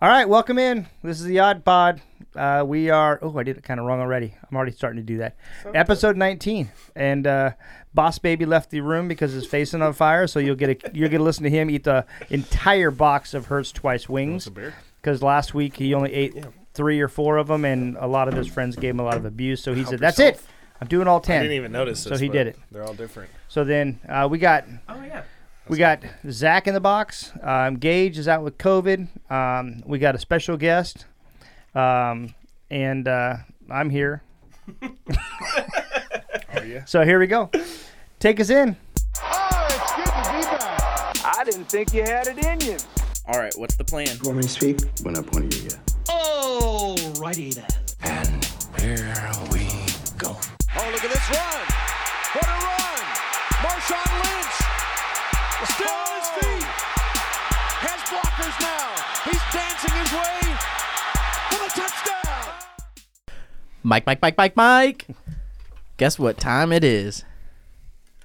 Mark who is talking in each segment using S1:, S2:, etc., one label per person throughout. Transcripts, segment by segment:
S1: All right, welcome in. This is the Odd Pod. Uh, we are. Oh, I did it kind of wrong already. I'm already starting to do that. Episode 19, and uh, Boss Baby left the room because his face is on fire. So you'll get a you're gonna listen to him eat the entire box of Hertz Twice wings because last week he only ate three or four of them, and a lot of his friends gave him a lot of abuse. So he said, "That's it. I'm doing all
S2: I
S1: 10.
S2: didn't even notice.
S1: So
S2: this,
S1: he
S2: but
S1: did it.
S2: They're all different.
S1: So then uh, we got
S3: Oh yeah.
S1: we got Zach in the box. Um, Gage is out with COVID. Um, we got a special guest, um, and uh, I'm here.
S2: Are you?
S1: So here we go. Take us in.
S4: I didn't think you had it in you.
S5: All right, what's the plan?
S6: Want me to speak?
S7: When up one of you, yeah.
S3: Alrighty then.
S5: Oh, look at this run! What a run! Marshawn Lynch still on his feet. Has blockers now. He's dancing his way for the touchdown. Mike, Mike, Mike, Mike, Mike. Guess what time it is?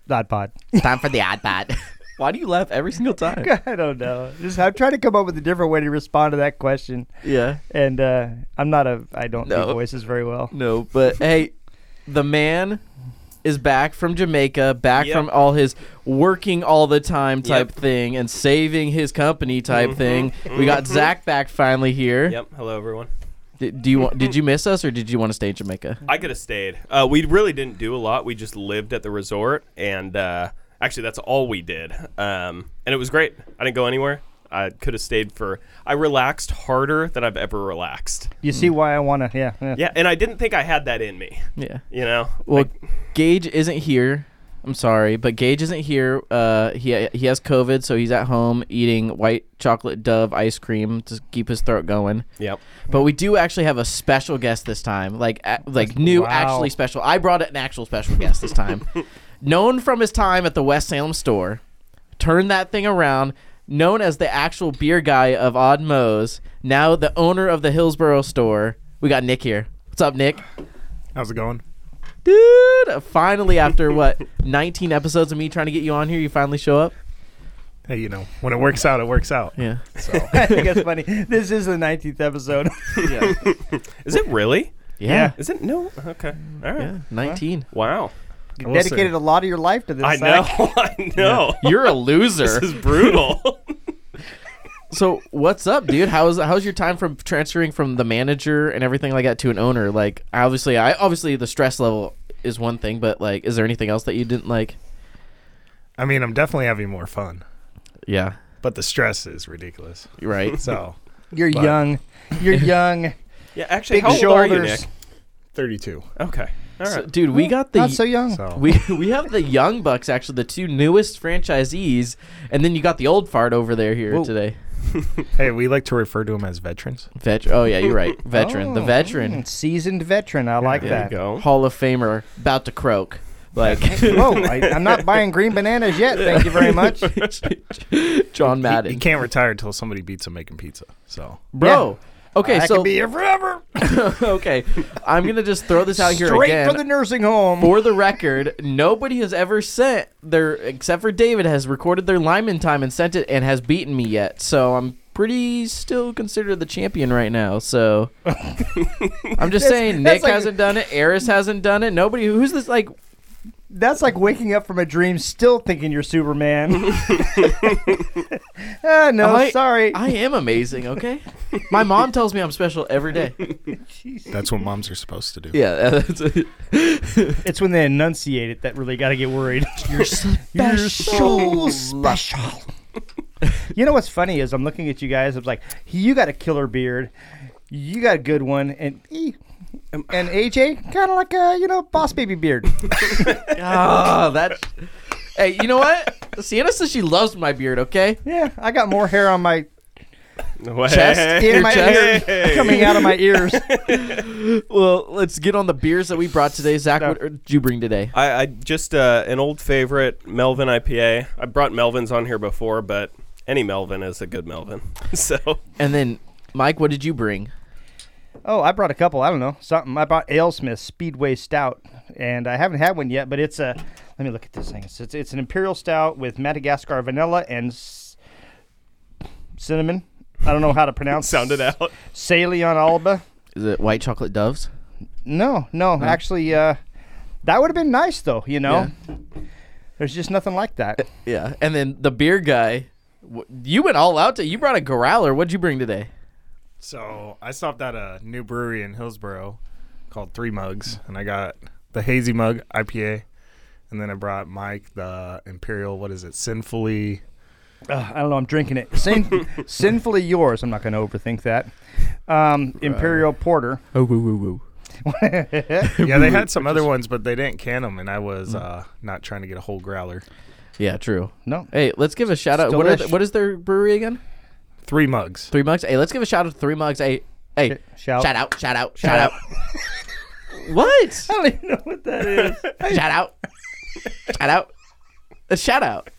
S1: Dot pod.
S5: Time for the iPad. Why do you laugh every single time?
S1: I don't know. Just I'm trying to come up with a different way to respond to that question,
S5: Yeah.
S1: and uh, I'm not a I don't do
S5: No.
S1: voices very well.
S5: No, but hey, the man is back from Jamaica, back
S2: Yep.
S5: from all his working all the time type
S2: Yep.
S5: thing and saving his company type thing. We got Zach back finally here.
S8: Yep. Hello, everyone.
S5: D- do you want, did you miss us or did you want to stay in Jamaica?
S8: I could have stayed. Uh, we really didn't do a lot. We just lived at the resort, and uh, actually, that's all we did. Um, and it was great. I didn't go anywhere. I could have stayed for. I relaxed harder than I've ever relaxed.
S1: You see why I wanna? Yeah, yeah.
S8: Yeah, and I didn't think I had that in me.
S5: Yeah.
S8: You know.
S5: Well, Gage isn't here. I'm sorry, but Gage isn't here. Uh, he he has COVID, so he's at home eating white chocolate Dove ice cream to keep his throat going.
S8: Yep.
S5: But we do actually have a special guest this time, like a, like new,
S1: Wow.
S5: actually special. I brought an actual special guest this time, known from his time at the West Salem store, turned that thing around. Known as the actual beer guy of Odd Mo's, now the owner of the Hillsboro store. We got Nick here. What's up, Nick?
S2: How's it going?
S5: Dude, finally after what 19 episodes of me trying to get you on here, you finally show up.
S2: Hey, you know, when it works out, it works out.
S5: Yeah.
S2: So
S1: I think that's funny. This is the 19th episode.
S5: Yeah.
S8: Is it really?
S5: Yeah.
S8: Is it no? Okay. All right.
S5: 19.
S8: Wow.
S1: You
S2: will
S1: dedicated
S2: say-
S1: a lot of your life to this.
S8: I know.
S1: Zach.
S8: I know.
S5: You're a loser.
S8: This is brutal.
S5: So what's up, dude? How's how's your time from transferring from the manager and everything like that to an owner? Like obviously, I obviously the stress level is one thing, but like, is there anything else that you didn't like?
S2: I mean, I'm definitely having more fun,
S5: Yeah,
S2: but the stress is ridiculous.
S5: you're right.
S2: So
S1: You're
S2: But-
S1: young. You're young.
S8: yeah. Actually,
S1: Big
S8: how old are you,
S1: shoulders.
S8: Nick?
S2: 32.
S8: Okay. All
S5: So,
S8: right.
S5: dude, we got the
S1: Not so young.
S2: Oh. So
S5: we we have the young bucks actually, the two newest franchisees, and then you got the old fart over there here
S1: Whoa.
S5: today.
S2: hey, we like to refer to them as veterans.
S5: Vet- oh yeah, you're right. Veteran, the
S1: Oh,
S5: veteran,
S1: mm, seasoned veteran. I like
S8: there
S1: that.
S8: you go.
S5: Hall of Famer, about to croak. Like
S1: Whoa, I, I'm not buying green bananas yet. Thank you very much.
S5: John
S2: He-
S5: Madden,
S2: He, can't retire until somebody beats him making pizza. So
S5: bro. Okay,
S1: I
S5: so
S1: can be here forever.
S5: okay, I'm gonna just throw this out here
S1: Straight
S5: again.
S1: from the nursing home.
S5: For the record, nobody has ever sent their, except for David, has recorded their lineman time and sent it and has beaten me yet. So I'm pretty still considered the champion right now. So I'm just saying,
S1: that's
S5: Nick
S1: like-
S5: hasn't done it, Eris hasn't done it. Nobody who's this like
S1: That's like waking up from a dream, still thinking you're Superman. ah, no,
S5: I-
S1: sorry.
S5: I am amazing. Okay, my mom tells me I'm special every day.
S2: that's what moms are supposed to do.
S5: Yeah, that's it.
S1: it's when they enunciate it that really got to get worried.
S5: you're special.
S1: special. you know what's funny is I'm looking at you guys. I'm like, you got a killer beard. You got a good one, and eh, and AJ kind of like a you know boss baby beard.
S5: Ah, that. Hey, you know what? Sienna says she loves my beard. Okay.
S1: yeah, I got more hair on my
S5: Chest
S1: in
S5: Your
S1: my ear,
S5: chest?
S1: coming out of my ears.
S5: Well, let's get on the beers that we brought today. Zach, what er, did you bring today?
S8: I, I just uh, an old favorite Melvin IPA. I brought Melvins on here before, but any Melvin is a good Melvin. So
S5: And then, Mike, what did you bring?
S1: Oh, I brought a couple. I don't know something. I brought Alesmith Speedway Stout, and I haven't had one yet. But it's a. Let me look at this thing. It's it's, it's an imperial stout with Madagascar vanilla and s- cinnamon I don't know how to pronounce
S8: Sound it out.
S1: Salion Alba.
S5: Is it white chocolate doves?
S1: No, no, actually, uh, that would have been nice though. You know, there's just nothing like that.
S5: Yeah. And then the beer guy, w- you went all out. To, you brought a growler. What'd you bring today?
S2: So I stopped at a new brewery in Hillsboro called Three Mugs, and I got the Hazy Mug IPA, and then I brought Mike the Imperial. What is it? Sinfully.
S1: Ugh, Uh, I don't know. I'm drinking it. Sin- sinfully yours. I'm not going to overthink that. Um, Imperial Porter.
S5: Oh, woo, woo, woo.
S2: Yeah, they had some other ones, but they didn't can them, and I was uh, not trying to get a whole growler.
S5: Yeah, true.
S1: No.
S5: Hey, let's give a shout out. What, are
S1: delish.
S5: the- what is their brewery again?
S2: Three Mugs.
S5: Three Mugs. Hey, let's give a shout out to Three Mugs. Hey, hey,
S1: shout.
S5: shout out, shout out, shout out. what?
S1: I don't even know what that is.
S5: Shout out, shout out, a shout out.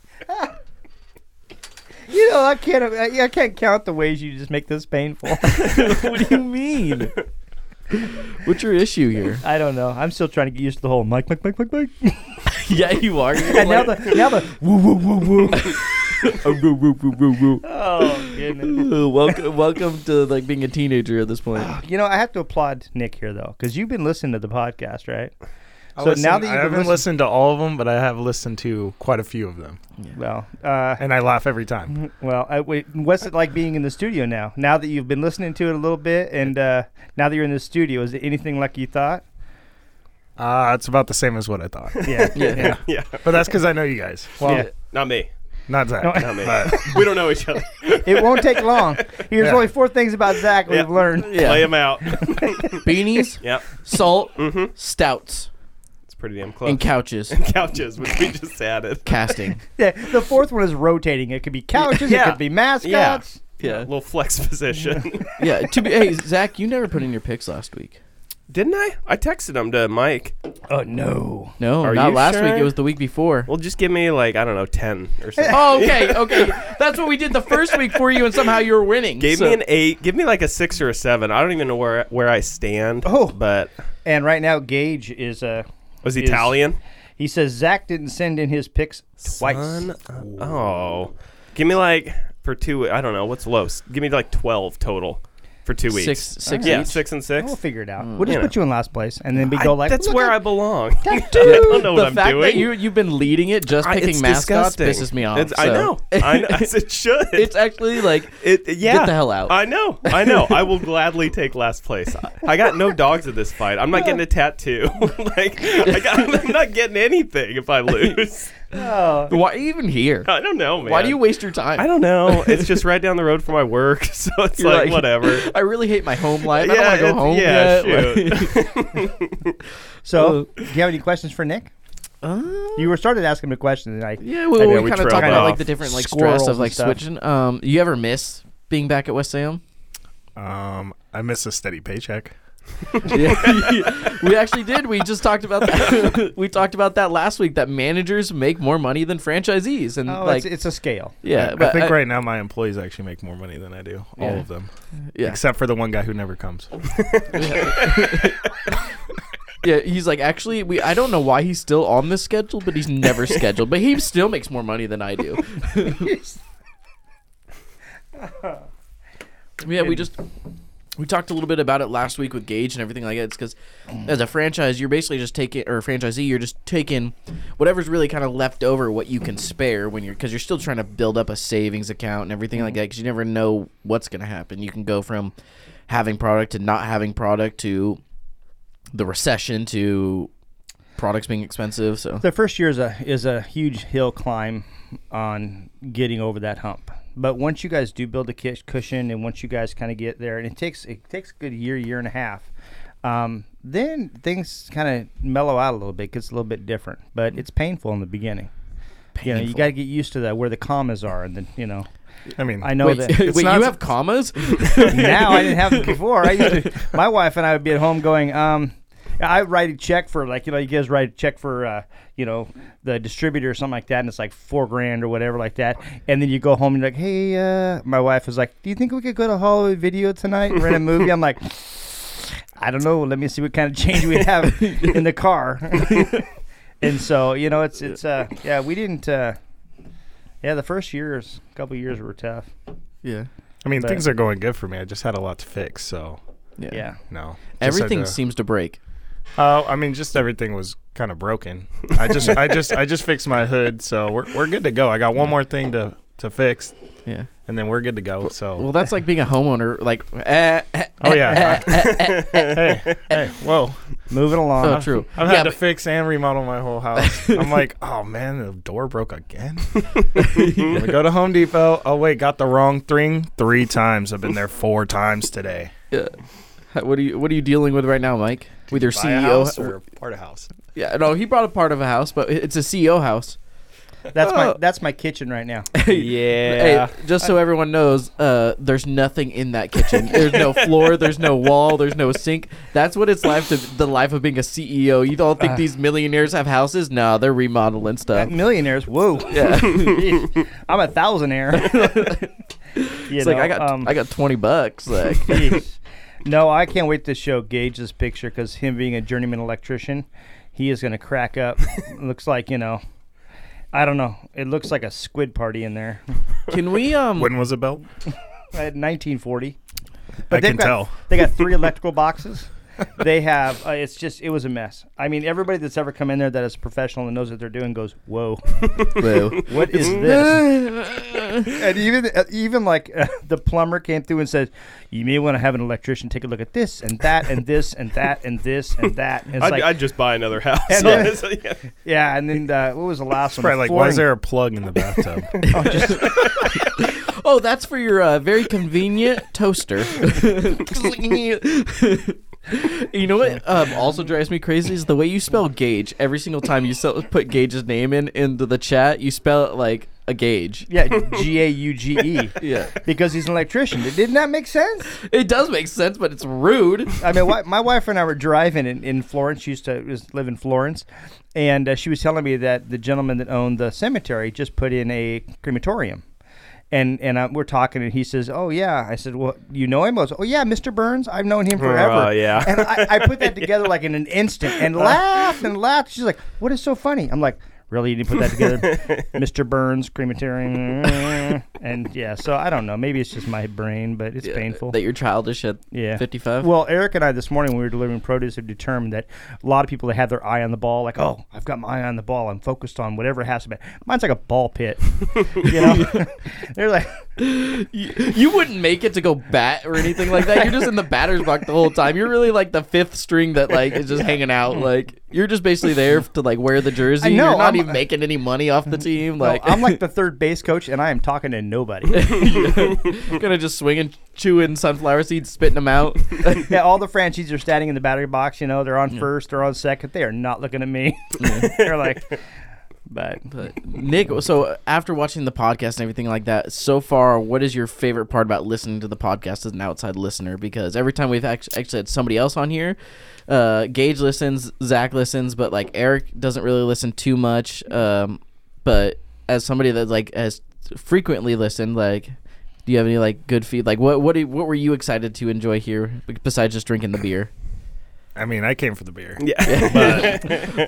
S1: you know, I can't. I, I can't count the ways you just make this painful.
S5: What do you mean? What's your issue here?
S1: I don't know. I'm still trying to get used to the whole Mike, Mike, Mike, Mike, Mike.
S5: yeah, you are.
S1: and now the now the woo woo woo woo.
S5: Woo, woo, woo, woo, woo.
S1: Oh goodness.
S5: Ooh, welcome, welcome to like being a teenager at this point.
S1: You know, I have to applaud Nick here though, because you've been listening to the podcast, right?
S2: I
S1: So
S2: listened-
S1: now that you've
S2: I
S1: been
S2: haven't
S1: listen-
S2: listened to all of them, but I have listened to quite a few of them,
S1: Well, uh,
S2: and I laugh every time.
S1: well, I, wait, what's it like being in the studio now? Now that you've been listening to it a little bit, and uh, now that you're in the studio, is it anything like you thought?
S2: Uh, it's about the same as what I thought,
S1: Yeah, yeah.
S8: yeah.
S2: but that's because I know you guys. Well,
S1: Yeah.
S8: Not me.
S2: not Zach.
S1: No.
S8: Not me.
S2: but-
S8: we don't know each other.
S1: It won't take long. Here's
S2: Yeah.
S1: only four things about Zach we've
S8: Yeah.
S1: learned.
S5: Yeah.
S8: Play him out.
S5: Beanies,
S8: yep.
S5: salt, stouts,
S8: It's pretty damn close.
S5: and couches.
S8: couches, which we just added.
S5: Casting.
S1: Yeah, the fourth one is rotating. It could be couches.
S8: Yeah.
S1: It could be mascots.
S5: Yeah.
S8: Little flex position.
S5: Yeah. To be, hey, Zach, you never put in your picks last week.
S8: Didn't I? I texted him to Mike.
S1: Oh no!
S5: No,
S8: Are
S5: not
S8: you
S5: last week.
S8: sure?
S5: It was the week before.
S8: Well, just give me like I don't know, ten or something.
S5: Oh, okay, okay. That's what we did the first week for you, and somehow you were winning.
S8: Gave
S5: so-
S8: me an eight. Give me like a six or a seven. I don't even know where where I stand.
S1: Oh.
S8: but
S1: And right now, Gage is uh,
S8: was he
S1: Is-
S8: Italian?
S1: he says Zach didn't send in his picks twice.
S8: Son of- Oh, give me like for two. I don't know what's low. S- Give me like twelve total for two weeks.
S5: six, six.
S8: yeah,
S5: each.
S8: six and six.
S1: We'll figure it out. We'll just
S8: You
S1: put Oh, you in last place, and then we
S8: I-
S1: go like
S8: that's
S1: "Look
S8: where
S1: at
S8: I belong. I
S1: that dude."
S8: don't know
S5: the
S8: what I'm
S5: fact
S8: doing.
S5: that you you've been leading it, just
S8: I-
S5: picking
S8: it's
S5: mascots,
S8: disgusting.
S5: pisses me off.
S8: It's- I
S5: so.
S8: know. I know. As it should.
S5: it's actually like
S8: It, yeah.
S5: the hell out.
S8: I know. I know. I will gladly take last place. I, I got no dogs in this fight. I'm not getting a tattoo. like I got, I'm not getting anything if I lose.
S5: why even here?
S8: I don't know, man.
S5: Why do you waste your time?
S8: Oh, I don't know. It's just right down the road from my work, so it's
S5: You're
S8: like, whatever.
S5: I really hate my home life. I
S8: Yeah,
S5: don't want to go
S8: it's-
S5: home
S8: yeah,
S5: yet.
S8: shoot.
S5: Like-
S1: So, do you have any questions for Nick? You were started asking him a question, and I
S5: Yeah, we,
S1: I know,
S5: we kind
S8: we
S5: of
S8: trailed
S5: talk about like
S8: off.
S5: the different like
S1: Squirrels
S5: stress of
S1: and
S5: like
S1: stuff.
S5: switching. Um, you ever miss being back at West Sam?
S2: Um, I miss a steady paycheck.
S5: Yeah, we actually did. We just talked about that. we talked about that last week. That managers make more money than franchisees, and
S1: oh,
S5: like
S1: it's, it's a scale.
S5: yeah,
S2: I
S5: but
S2: think right now my employees actually make more money than I do. All
S5: Yeah.
S2: of them,
S5: yeah,
S2: except for the one guy who never comes.
S5: yeah. He's like actually, we I don't know why he's still on this schedule, but he's never scheduled. But he still makes more money than I do. yeah, we just we talked a little bit about it last week with Gage and everything like that. It's because as a franchise, you're basically just taking or a franchisee, you're just taking whatever's really kind of left over, what you can spare when you're because you're still trying to build up a savings account and everything like that. Because you never know what's going to happen. You can go from having product to not having product to the recession to products being expensive. So
S1: The first year is a is a huge hill climb on getting over that hump. But once you guys do build a kish- cushion, and once you guys kind of get there, and it takes it takes a good year, year and a half, um, then things kind of mellow out a little bit, gets a little bit different. But it's painful in the beginning. You know, you
S5: Painful.
S1: got to get used to that where the commas are, and then you know.
S2: I mean,
S1: I know
S5: wait,
S1: that.
S5: wait,
S2: not-
S5: you have commas?
S1: now I didn't have it before. I used to. My wife and I would be at home going. Um, I write a check for like you know you guys write a check for uh, you know the distributor or something like that, and it's like four grand or whatever like that. And then you go home and you're like, hey, uh, my wife was like, do you think we could go to Hollywood Video tonight and rent a movie? I'm like. I don't know. Let me see what kind of change we have in the car. and so you know, it's it's uh yeah, we didn't. Uh, yeah, the first years, couple years were tough.
S5: yeah.
S2: I mean,
S1: But-
S2: things are going good for me. I just had a lot to fix, so
S5: Yeah.
S1: Yeah.
S2: no. Just had
S5: Everything
S2: to-
S5: seems to break.
S2: Oh, I mean, just everything was kind of broken. I just, I just, I just fixed my hood, so we're we're good to go. I got one more thing to to fix,
S5: Yeah.
S2: and then we're good to go.
S5: Well,
S2: So,
S5: that's like being a homeowner. Like, eh, eh,
S2: oh yeah. hey, hey, whoa!
S1: Moving along.
S5: oh, true.
S2: I've
S5: yeah,
S2: had to
S5: but-
S2: fix and remodel my whole house. I'm like, oh man, the door broke again. Let me go to Home Depot. Oh wait, got the wrong thing three times. I've been there four times today.
S5: what are you What are you dealing with right now, Mike? With your
S2: Buy a house
S5: CEO?
S2: or part of house?
S5: yeah. No, he brought a part of a house, but it's a CEO house.
S1: That's my
S5: Oh.
S1: that's my kitchen right now.
S8: yeah.
S5: Hey, just so everyone knows, uh, there's nothing in that kitchen. There's no floor. There's no wall. There's no sink. That's what it's like to the life of being a CEO. You all
S2: Uh.
S5: think these millionaires have houses? Nah, they're remodeling stuff.
S1: Millionaires, whoa! Yeah, I'm a thousandaire.
S5: It's like I got
S2: um,
S5: I got twenty bucks. Like,
S1: Jeez. no, I can't wait to show Gage this picture because him being a journeyman electrician, he is going to crack up. looks like, you know, I don't know. It looks like a squid party in there.
S5: can we um?
S2: When was it built?
S1: At 1940.
S2: I
S1: they've
S2: can
S1: got-
S2: tell.
S1: They got three electrical boxes. They have, uh, it's just, it was a mess. I mean, everybody that's ever come in there that is professional and knows what they're doing goes, whoa,
S5: Boo.
S1: what is this? and even uh, even like uh, the plumber came through and said, "You may want to have an electrician take a look at this and that and this and that and this and that." And it's
S8: I'd,
S1: like,
S8: I'd just buy another house.
S1: And then-
S8: Honestly, yeah.
S1: yeah. And then uh, what was the last one?
S2: Probably like, why is
S1: Flooring.
S2: there a plug in the bathtub?
S1: Oh, just-
S5: Oh, that's for your uh, very convenient toaster. you know what um, also drives me crazy is the way you spell Gage. Every single time you sell, put Gage's name in into the chat, you spell it like a gauge.
S1: yeah, G A U G E.
S5: Yeah,
S1: Because he's an electrician. Didn't that make sense?
S5: it does make sense, but it's rude.
S1: I mean, why, my wife and I were driving in, in Florence. She used to was, live in Florence, and uh, she was telling me that the gentleman that owned the cemetery just put in a crematorium. And and uh, we're talking, and he says, "Oh yeah." I said, "Well, you know him?" I was, "Oh yeah, Mr. Burns. I've known him forever."
S8: Uh, yeah.
S1: And I, I put that together like in an instant, and laughed and laughed. She's like, "What is so funny?" I'm like, "Really? You didn't put that together, Mr. Burns crematorium?" and yeah, so I don't know. Maybe it's just my brain, but it's painful.
S5: that you're childish at
S1: Yeah.
S5: 55.
S1: Well, Eric and I this morning when we were delivering produce have determined that a lot of people that have their eye on the ball, like, oh, I've got my eye on the ball. I'm focused on whatever has to be. Mine's like a ball pit. you know? They're like,
S5: you, you wouldn't make it to go bat or anything like that. You're just in the batter's box the whole time. You're really like the fifth string that like is just hanging out. Like you're just basically there to like wear the jersey.
S1: I know,
S5: you're not
S1: I'm- Mm,
S5: even making any money off the team.
S1: no,
S5: Like
S1: I'm like the third base coach and I am talking to nobody.
S5: gonna just swing and chew in sunflower seeds, spitting them out.
S1: yeah, all the franchises are standing in the battery box. You know, they're on first, they're on second. They are not looking at me. they're like, but
S5: But Nick, so after watching the podcast and everything like that, so far, what is your favorite part about listening to the podcast as an outside listener? Because every time we've act- actually had somebody else on here, uh, Gage listens, Zach listens, but like Eric doesn't really listen too much. Um, but as somebody that like has frequently listened, like, do you have any like good feed? Like, what what do, what were you excited to enjoy here besides just drinking the beer?
S2: I mean, I came for the beer.
S8: Yeah.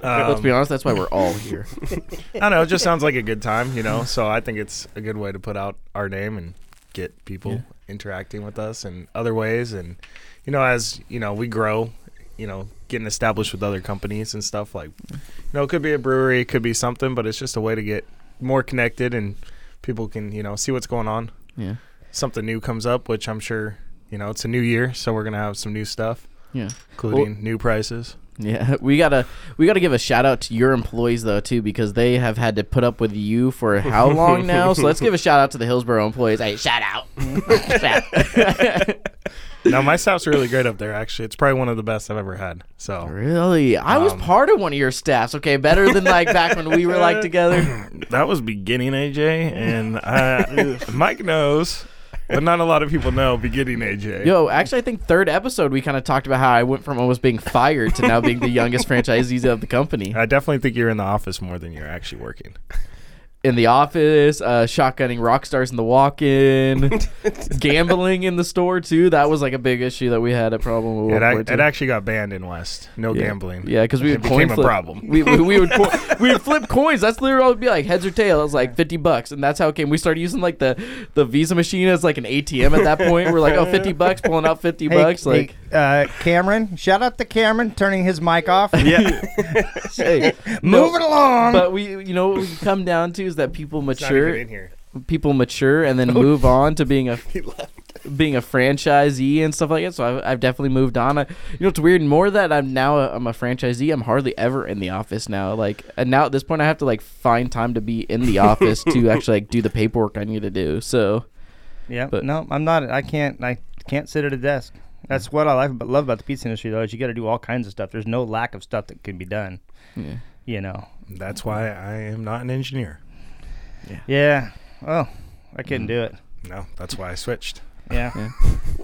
S2: Um,
S5: Let's be honest, that's why we're all here.
S2: I don't know. It just sounds like a good time, you know. So I think it's a good way to put out our name and get people interacting with us in other ways. And you know, as you know, we grow. You know, getting established with other companies and stuff like, you know, it could be a brewery, it could be something, but it's just a way to get more connected and people can you know see what's going on.
S5: Yeah.
S2: Something new comes up, which I'm sure you know it's a new year, so we're gonna have some new stuff,
S5: Yeah.
S2: including new prices.
S5: Yeah, we gotta we gotta give a shout out to your employees though too because they have had to put up with you for how long now? So let's give a shout out to the Hillsboro employees. Hey, shout out!
S2: now my staff's really great up there. Actually, it's probably one of the best I've ever had. So
S5: really, I was part of one of your staffs. Okay, better than like back when we were like together.
S2: that was beginning AJ, and I, Mike knows, but not a lot of people know beginning AJ.
S5: Yo, actually, I think third episode we kind of talked about how I went from almost being fired to now being the youngest franchisee of the company.
S2: I definitely think you're in the office more than you're actually working.
S5: in the office, uh, shotgunning rock stars in the walk-in, gambling in the store too. That was like a big issue that we had at problem. With
S2: It,
S5: World
S2: ac
S5: War
S2: it
S5: II.
S2: actually got banned in West. No
S5: Yeah.
S2: gambling.
S5: Yeah, because we
S2: It
S5: would
S2: became
S5: coin
S2: a
S5: flip.
S2: problem.
S5: We, we, we would co- we would flip coins. That's literally all it'd be like heads or tails. It was like fifty bucks, and that's how it came. We started using like the the Visa machine as like an ATM at that point. We're like, oh, 50 bucks, pulling out fifty
S1: Hey,
S5: bucks.
S1: hey,
S5: Like,
S1: uh, Cameron, shout out to Cameron turning his mic off.
S8: Yeah.
S5: hey,
S1: Move it along.
S5: But we, you know, what we come down to is that people
S2: Not
S5: mature.
S2: even in here.
S5: people mature and then move on to being a being a franchisee and stuff like that. So I've, I've definitely moved on. I, you know, it's weird. More that I'm now a, I'm a franchisee. I'm hardly ever in the office now. Like and now at this point, I have to like find time to be in the office to actually like do the paperwork I need to do. So
S1: yeah,
S5: but-
S1: no, I'm not. I can't. I can't sit at a desk. That's what I like, but love about the pizza industry though is you got to do all kinds of stuff. There's no lack of stuff that can be done.
S5: Yeah.
S1: You know.
S2: That's why I am not an engineer.
S1: Yeah. Oh, I
S5: Mm.
S1: couldn't do it.
S2: No, that's why I switched.
S1: Yeah.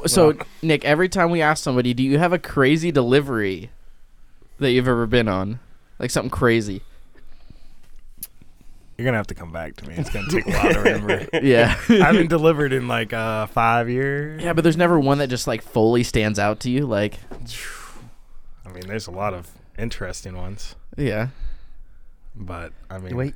S5: so Nick, every time we ask somebody, do you have a crazy delivery that you've ever been on? Like something crazy.
S2: You're gonna have to come back to me. It's gonna take a while to remember.
S5: Yeah.
S2: I haven't delivered in like uh, five years.
S5: yeah, but there's never one that just like fully stands out to you. Like,
S2: I mean, there's a lot of interesting ones,
S5: yeah.
S2: but I mean,
S1: Wait.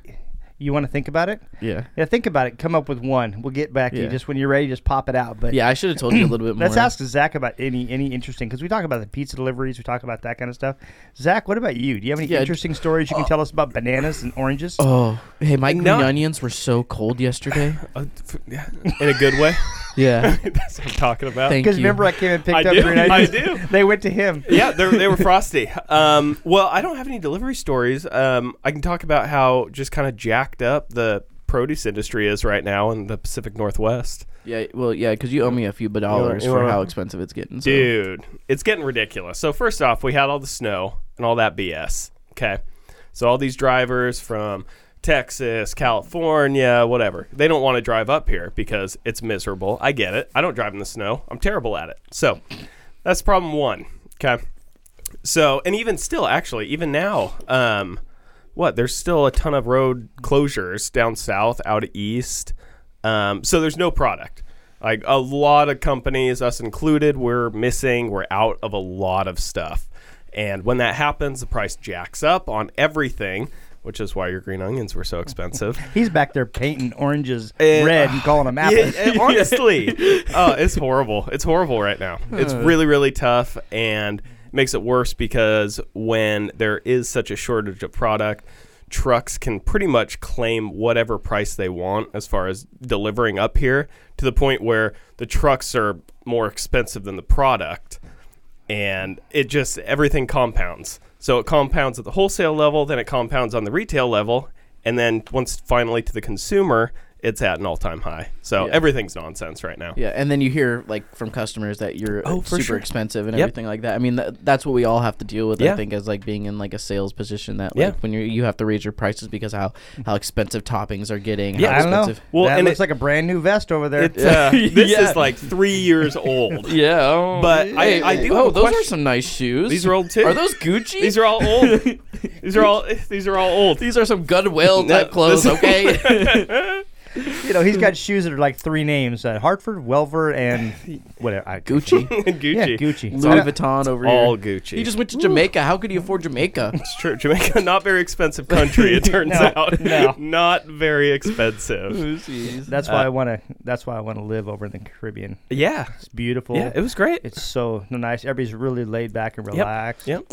S1: You want to think about it?
S5: Yeah.
S1: Yeah, think about it. Come up with one. We'll get back to
S5: Yeah.
S1: you. Just when you're ready, just pop it out. But
S5: Yeah, I should have told you a little bit more.
S1: Let's ask Zach about any any interesting because we talk about the pizza deliveries, we talk about that kind of stuff. Zach, what about you? Do you have any
S5: Yeah, d-
S1: interesting stories you can tell us about bananas and oranges?
S5: Oh, hey, my green
S8: No.
S5: onions were so cold yesterday.
S8: Uh, f- yeah, In a good way.
S5: Yeah,
S8: That's what I'm talking about.
S5: thank you.
S1: Because remember, I came and picked
S8: I
S1: up
S8: do,
S1: green
S8: I
S1: onions.
S8: do.
S1: They went to him.
S8: yeah, they they were frosty. Um, well, I don't have any delivery stories. Um, I can talk about how just kind of jacked up the produce industry is right now in the Pacific Northwest.
S5: yeah, well, yeah, because you owe me a few dollars
S8: you
S5: for
S8: wanna-
S5: how expensive it's getting. So.
S8: Dude, it's getting ridiculous. So first off, we had all the snow and all that BS. Okay. So all these drivers from Texas, California, whatever. They don't want to drive up here because it's miserable. I get it. I don't drive in the snow. I'm terrible at it. So that's problem 1. Okay. So, and even still actually, even now, um what? There's still a ton of road closures down south, out east. Um, so there's no product. Like a lot of companies, us included, we're missing, we're out of a lot of stuff. And when that happens, the price jacks up on everything, which is why your green onions were so expensive.
S1: He's back there painting oranges
S8: And-
S1: red and calling them apples.
S8: Yeah, honestly, oh, it's horrible. It's horrible right now. It's really, really tough and makes it worse because when there is such a shortage of product, trucks can pretty much claim whatever price they want as far as delivering up here to the point where the trucks are more expensive than the product and it just everything compounds. So it compounds at the wholesale level, then it compounds on the retail level, and then once finally to the consumer, it's at an all-time high. So
S5: Yeah.
S8: everything's nonsense right now.
S5: Yeah, and then you hear like from customers that you're
S8: Oh,
S5: uh,
S8: for
S5: super
S8: sure.
S5: expensive and
S8: Yep.
S5: everything like that. I mean, th- that's what we all have to deal with. I
S8: Yeah.
S5: think as like being in like a sales position that like
S8: Yeah.
S5: when you you have to raise your prices because how how expensive toppings are getting.
S8: Yeah,
S5: how
S1: I don't know.
S5: expensive-
S1: Well,
S8: Well,
S1: that
S8: and
S1: looks
S8: it-
S1: like a brand new vest over there.
S8: It, uh, this
S5: Yeah.
S8: is like three years old.
S5: Yeah, oh,
S8: But I-
S5: hey,
S8: I do
S5: Oh,
S8: have a
S5: those are
S8: question.
S5: some nice shoes.
S8: These are old too.
S5: Are those Gucci?
S8: These are all old. these are all. These are all old.
S5: these are some Goodwill
S8: No,
S5: type clothes.
S8: this-
S5: Okay.
S1: you know, he's got shoes that are like three names: uh, Hartford, Welver, and whatever. I,
S5: Gucci,
S8: Gucci.
S1: Yeah, Gucci.
S5: Louis Vuitton over here.
S8: All Gucci.
S5: He just went to Jamaica. How could he afford Jamaica?
S8: It's true. Jamaica, not very expensive country. It turns
S1: No,
S8: out.
S1: no.
S8: Not very expensive.
S1: That's why I
S8: Uh,
S1: want to. That's why I want to live over in the Caribbean.
S8: Yeah.
S1: It's beautiful.
S8: Yeah. It was great.
S1: It's so nice. Everybody's really laid back and relaxed.
S8: yep.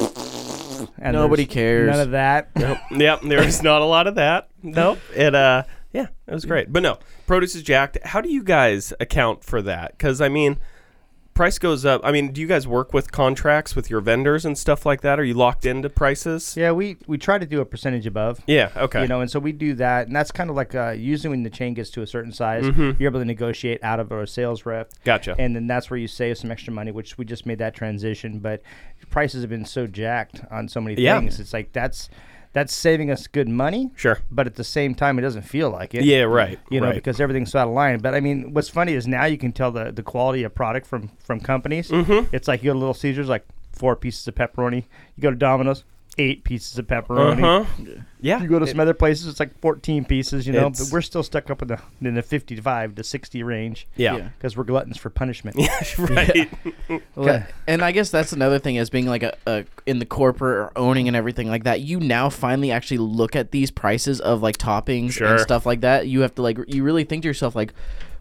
S1: And
S5: Nobody
S1: there's
S5: cares.
S1: None of that.
S8: yep, there's not a lot of that. Nope. It uh yeah, it was great. But no, produce is jacked. How do you guys account for that? Cuz I mean, price goes up. I mean, do you guys work with contracts with your vendors and stuff like that? Are you locked into prices?
S1: yeah, we we try to do a percentage above.
S8: Yeah, okay.
S1: You know, and so we do that, and that's kind of like uh, usually when the chain gets to a certain size, you're able to negotiate out of our sales rep.
S8: Mm-hmm. Gotcha.
S1: And then that's where you save some extra money, which we just made that transition. But prices have been so jacked on so many
S8: Yeah.
S1: things. It's like that's that's saving us good money.
S8: Sure.
S1: But at the same time, it doesn't feel like it.
S8: Yeah, right,
S1: You know,
S8: right.
S1: because everything's out of line. But I mean, what's funny is now you can tell the the quality of product
S8: Mm-hmm.
S1: from from companies. It's like you go to Little Caesars, like four pieces of pepperoni. You go to Domino's, eight pieces of pepperoni.
S8: Uh-huh. Yeah.
S1: You go to some other places, it's like 14 pieces, you know. But
S8: It's-
S1: we're still stuck up in the in the 55 to 60 range.
S8: Yeah.
S1: because we're gluttons for punishment.
S8: right.
S1: Okay.
S5: And I guess that's another thing as being like a, a in the corporate or owning and everything like that. You now finally actually look at these prices of like toppings
S8: Sure.
S5: and stuff like that. You have to like you really think to yourself like,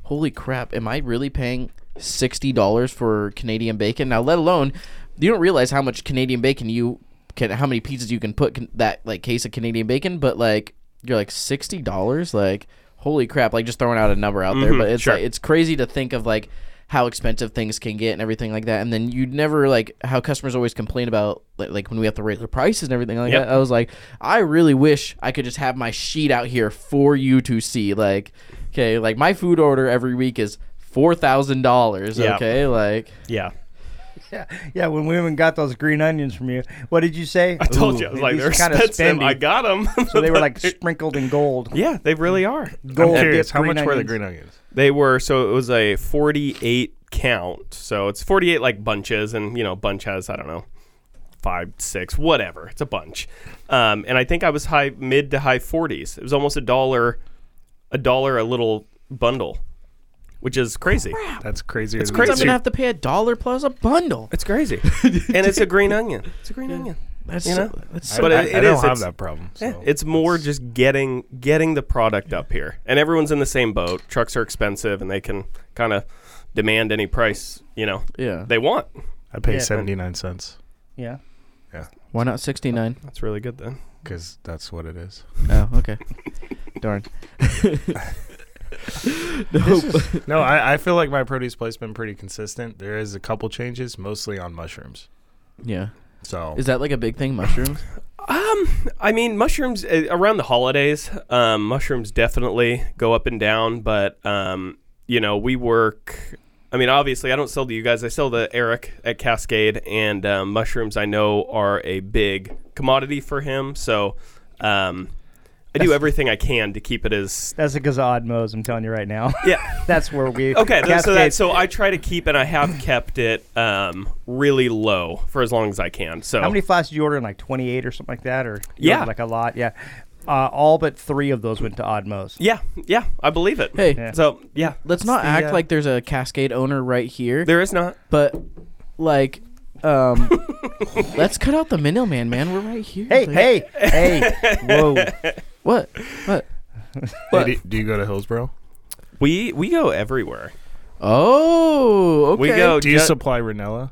S5: holy crap, am I really paying sixty dollars for Canadian bacon now? Let alone you don't realize how much Canadian bacon you can, how many pizzas you can put can, that like case of Canadian bacon, but like you're like sixty dollars like. Holy crap! Like just throwing out a number out there, but it's
S8: Mm-hmm. sure.
S5: like, it's crazy to think of like how expensive things can get and everything like that. And then you'd never like how customers always complain about like, like when we have to raise the prices and everything like
S8: Yep.
S5: that. I was like, I really wish I could just have my sheet out here for you to see. Like, okay, like my food order every week is four thousand dollars.
S8: Yeah.
S5: Okay, like
S8: Yeah.
S1: yeah, yeah. When women got those green onions from you, what did you say?
S8: I told you. I was like, they're expensive. I got them.
S1: So they were like sprinkled in gold.
S8: yeah, they really are.
S1: Gold
S2: I'm curious,
S1: dipped
S2: how much were the
S1: onions.
S2: green onions?
S8: They were so it was a 48 count. So it's 48 like bunches and you know bunch has I don't know 5 6 whatever. It's a bunch. Um, and I think I was high mid to high 40s. It was almost a dollar a dollar a little bundle, which is crazy.
S2: That's crazy. It's
S8: crazy.
S5: I'm gonna have to pay a dollar plus a bundle.
S8: It's crazy. and it's a green onion. It's a green onion.
S5: That's
S8: You know?
S5: that's
S8: But
S2: But
S8: it-
S2: I,
S8: it
S2: I don't
S8: is,
S2: have
S8: it's-
S2: that problem. So.
S8: Yeah, it's more just getting getting the product up here, and everyone's in the same boat. Trucks are expensive, and they can kind of demand any price you know
S5: yeah.
S8: they want.
S2: I pay
S1: Yeah.
S2: 79 cents
S1: Yeah.
S5: Why not sixty nine?
S8: That's really good then.
S2: because that's what it is.
S5: Oh, okay. Darn.
S2: No, I, I feel like my produce plate's been pretty consistent. There is a couple changes, mostly on mushrooms.
S5: Yeah.
S2: So
S5: Is that like a big thing? Mushrooms.
S8: I mean, mushrooms uh, around the holidays, um, mushrooms definitely go up and down, but um, you know, we work. I mean, obviously, I don't sell to you guys. I sell to Eric at Cascade, and um, mushrooms I know are a big commodity for him. So um, I do everything I can to keep it as
S1: That's because of odd mo's. I'm telling you right now.
S8: yeah.
S1: That's where we
S8: Okay, th- so that,
S1: Cascade-
S8: so I try to keep and I have kept it um, really low for as long as I can. So
S1: How many flasks did you order in like 28 or something like that? Or you
S8: Yeah.
S1: ordered, like a lot. Yeah. Uh, all but three of those went to Oddmo's.
S8: yeah, yeah, I believe it.
S5: Hey,
S8: so yeah,
S5: let's not
S2: the,
S5: act
S2: uh,
S5: like there's a Cascade owner right here,
S8: there is not.
S5: but like, um, let's cut out the middleman, man. We're right here.
S1: Hey,
S5: Like,
S1: hey, hey! Whoa!
S5: what? What?
S2: Hey, do, do you go to Hillsboro?
S8: We we go everywhere.
S5: Oh, okay.
S8: We go.
S2: Do you
S8: ju-
S2: supply Ranella?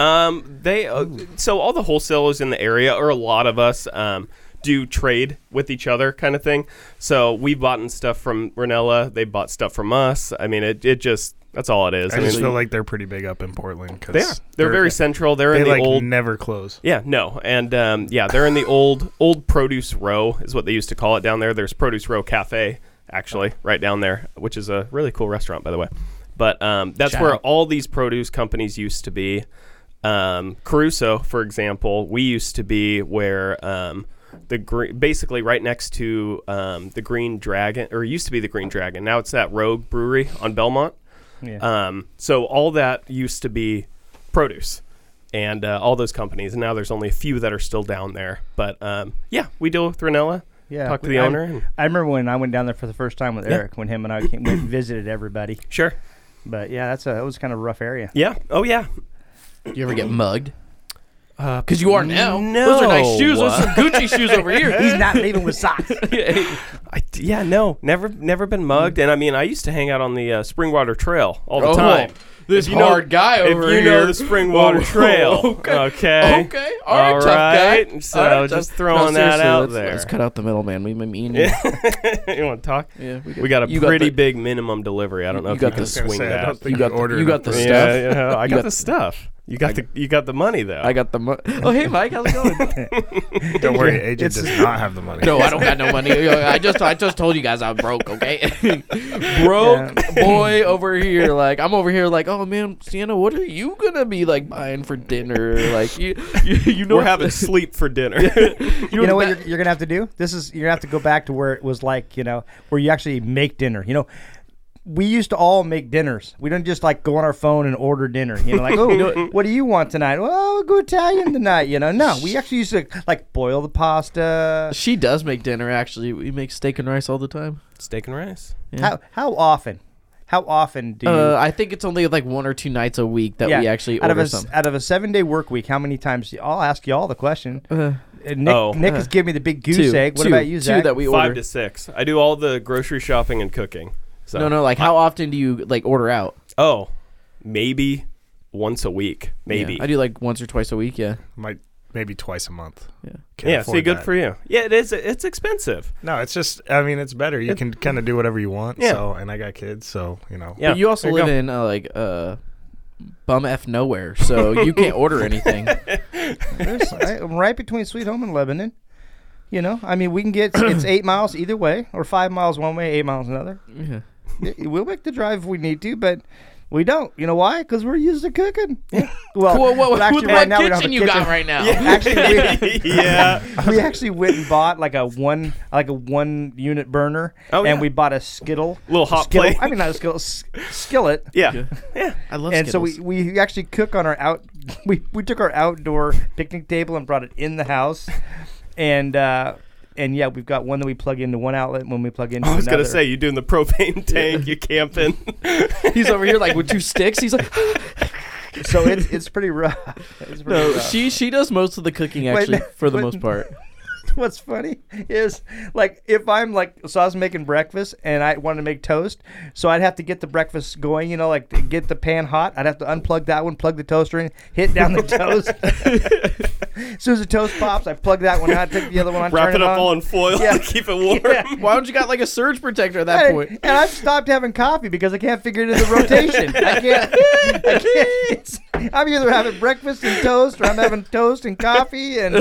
S8: um, they uh, so all the wholesalers in the area, or a lot of us, um, do trade with each other, kind of thing. So we've bought stuff from Renella. They bought stuff from us. I mean, it, it just that's all it is.
S2: I
S8: I
S2: just
S8: mean,
S2: feel like they're pretty big up in Portland. Cause
S8: they are. They're very central. They're
S2: They
S8: in the
S2: like
S8: old.
S2: never close.
S8: Yeah, no, and um, yeah, they're in the old old produce row is what they used to call it down there. There's Produce Row Cafe, actually, right down there, which is a really cool restaurant, by the way. But um, that's where all these produce companies used to be. Um, Caruso, for example, we used to be where um, the gre- basically right next to um, the Green Dragon, or it used to be the Green Dragon. Now it's that Rogue Brewery on Belmont. Um, so all that used to be produce and uh, all those companies. And now there's only a few that are still down there. But um, yeah, we deal with Ranella.
S1: Yeah,
S8: Talk to
S1: we-
S8: the
S1: I-
S8: owner. And,
S1: I remember when I went down there for the first time with Eric, when him and I came, went and visited everybody.
S8: sure.
S1: But yeah, that's a that was kind of a rough area.
S8: Yeah. Oh, yeah.
S5: Do you ever get mugged?
S1: Uh,
S5: Because you are now.
S8: no.
S5: Those are nice shoes. Those are Gucci shoes over here.
S1: He's not leaving with socks.
S8: I d yeah, no. Never never been mugged. And I mean, I used to hang out on the uh, Springwater Trail all the
S5: Oh,
S8: time.
S5: this
S8: If you know-
S5: hard guy over
S8: If you
S5: here. Oh,
S8: know the Springwater Trail. Okay. Okay.
S5: Okay. All right,
S8: All
S5: tough guy.
S8: right, so
S5: All right,
S8: just
S5: tough-
S8: throwing that
S5: seriously,
S8: out
S5: let's-
S8: there.
S5: Let's cut out the middleman. We, we mean. Yeah.
S8: you want to talk?
S5: yeah we,
S8: We got a
S5: You got
S8: pretty
S5: the-
S8: big minimum delivery. I don't know
S5: You
S8: if you
S5: got
S8: can
S5: the-
S2: I was gonna
S8: swing
S2: say, I
S8: that.
S2: don't think
S5: You got
S2: order
S5: the- you got the
S2: enough.
S5: stuff.
S8: Yeah, yeah, I
S5: You
S8: got,
S5: got
S8: the stuff. You got the you got the money though.
S5: I got the. Mo- oh, hey, Mike. How's it going?
S2: Don't worry, agent does not have the money.
S5: No, I don't got no money. I just I just told you guys I'm broke, okay?
S1: Um,
S5: broke boy over here. Like I'm over here like, oh man, Sienna, what are you gonna be like buying for dinner? Like you you, you know
S8: We're having sleep for dinner.
S1: You know what
S5: that-
S1: you're, you're gonna have to do? This is you're gonna have to go back to where it was like you know where you actually make dinner. You know, we used to all make dinners. We didn't just like go on our phone and order dinner. You know, like, oh, what do you want tonight? Well, I'll go Italian tonight. You know, no, we actually used to like boil the pasta.
S5: She does make dinner. Actually, we make steak and rice all the time.
S8: Steak and rice.
S1: How how often? How often do you?
S5: Uh, I think it's only like one or two nights a week that we actually
S1: out of
S5: order
S1: a
S5: some.
S1: out of a seven day work week, how many times? Do you, I'll ask you all the question. And Nick,
S8: Oh.
S1: Nick is giving me the big goose
S5: Uh, Two.
S1: egg. What
S5: Two.
S1: about you,
S5: Two
S1: Zach?
S5: that we
S8: Five
S5: order.
S8: to six. I do all the grocery shopping and cooking. So
S5: No, no. Like, how often do you like order out?
S8: Oh, maybe once a week.
S5: Yeah,
S8: Maybe.
S5: I do like once or twice a week. Yeah.
S2: Might maybe twice a month.
S5: Yeah.
S2: Can't
S8: Yeah, see,
S2: afford
S8: good
S2: that.
S8: for you. Yeah, it is. It's expensive.
S2: No, it's just. I mean, it's better. You can kind of do whatever you want.
S8: Yeah.
S2: So, and I got kids, so you know.
S8: Yeah,
S5: but you also
S8: there
S5: live
S8: go.
S5: in uh, like uh, bum f nowhere, so you can't order anything.
S1: There's- I- I'm right between Sweet Home and Lebanon. You know, I mean, we can get it's eight miles either way, or five miles one way, eight miles another.
S5: Yeah.
S1: Y- We'll make the drive if we need to, but we don't. You know why? Because we're used to cooking. Well,
S5: Well, what,
S1: well, actually, right now we don't have
S5: kitchen
S1: a
S5: you
S1: kitchen.
S5: got right now?
S1: Actually, we,
S8: yeah.
S1: we actually went and bought like a one like a one unit burner,
S8: Oh,
S1: and
S8: yeah.
S1: we bought a skittle,
S8: Little hot
S1: skittle,
S8: plate.
S1: I mean, not a skittle, s- skillet.
S8: Yeah.
S5: I love
S1: And
S5: Skittles.
S1: so we, we actually cook on our out we, we took our outdoor picnic table and brought it in the house, and uh, and yeah we've got one that we plug into one outlet and when we plug into
S8: I was
S1: another.
S8: gonna say you doing the propane tank, you camping.
S5: He's over here like with two sticks. He's like,
S1: so it's it's pretty rough. It's pretty
S5: no.
S1: rough.
S5: She she does most of the cooking actually
S1: no,
S5: for the
S1: wait.
S5: most part.
S1: What's funny is like if I'm like so I was making breakfast and I wanted to make toast, so I'd have to get the breakfast going, you know, like to get the pan hot. I'd have to unplug that one, plug the toaster in, hit down the toast. as soon as the toast pops, I plug that one out, take the other one, on,
S8: Wrap
S1: turn
S8: it up
S1: on.
S8: all in foil
S1: Yeah.
S8: to keep it warm.
S1: Yeah.
S5: Why don't you got like a surge protector at that
S1: And,
S5: point?
S1: and I've stopped having coffee because I can't figure it into rotation. I can't. I can't it's, I'm either having breakfast and toast, or I'm having toast and coffee, and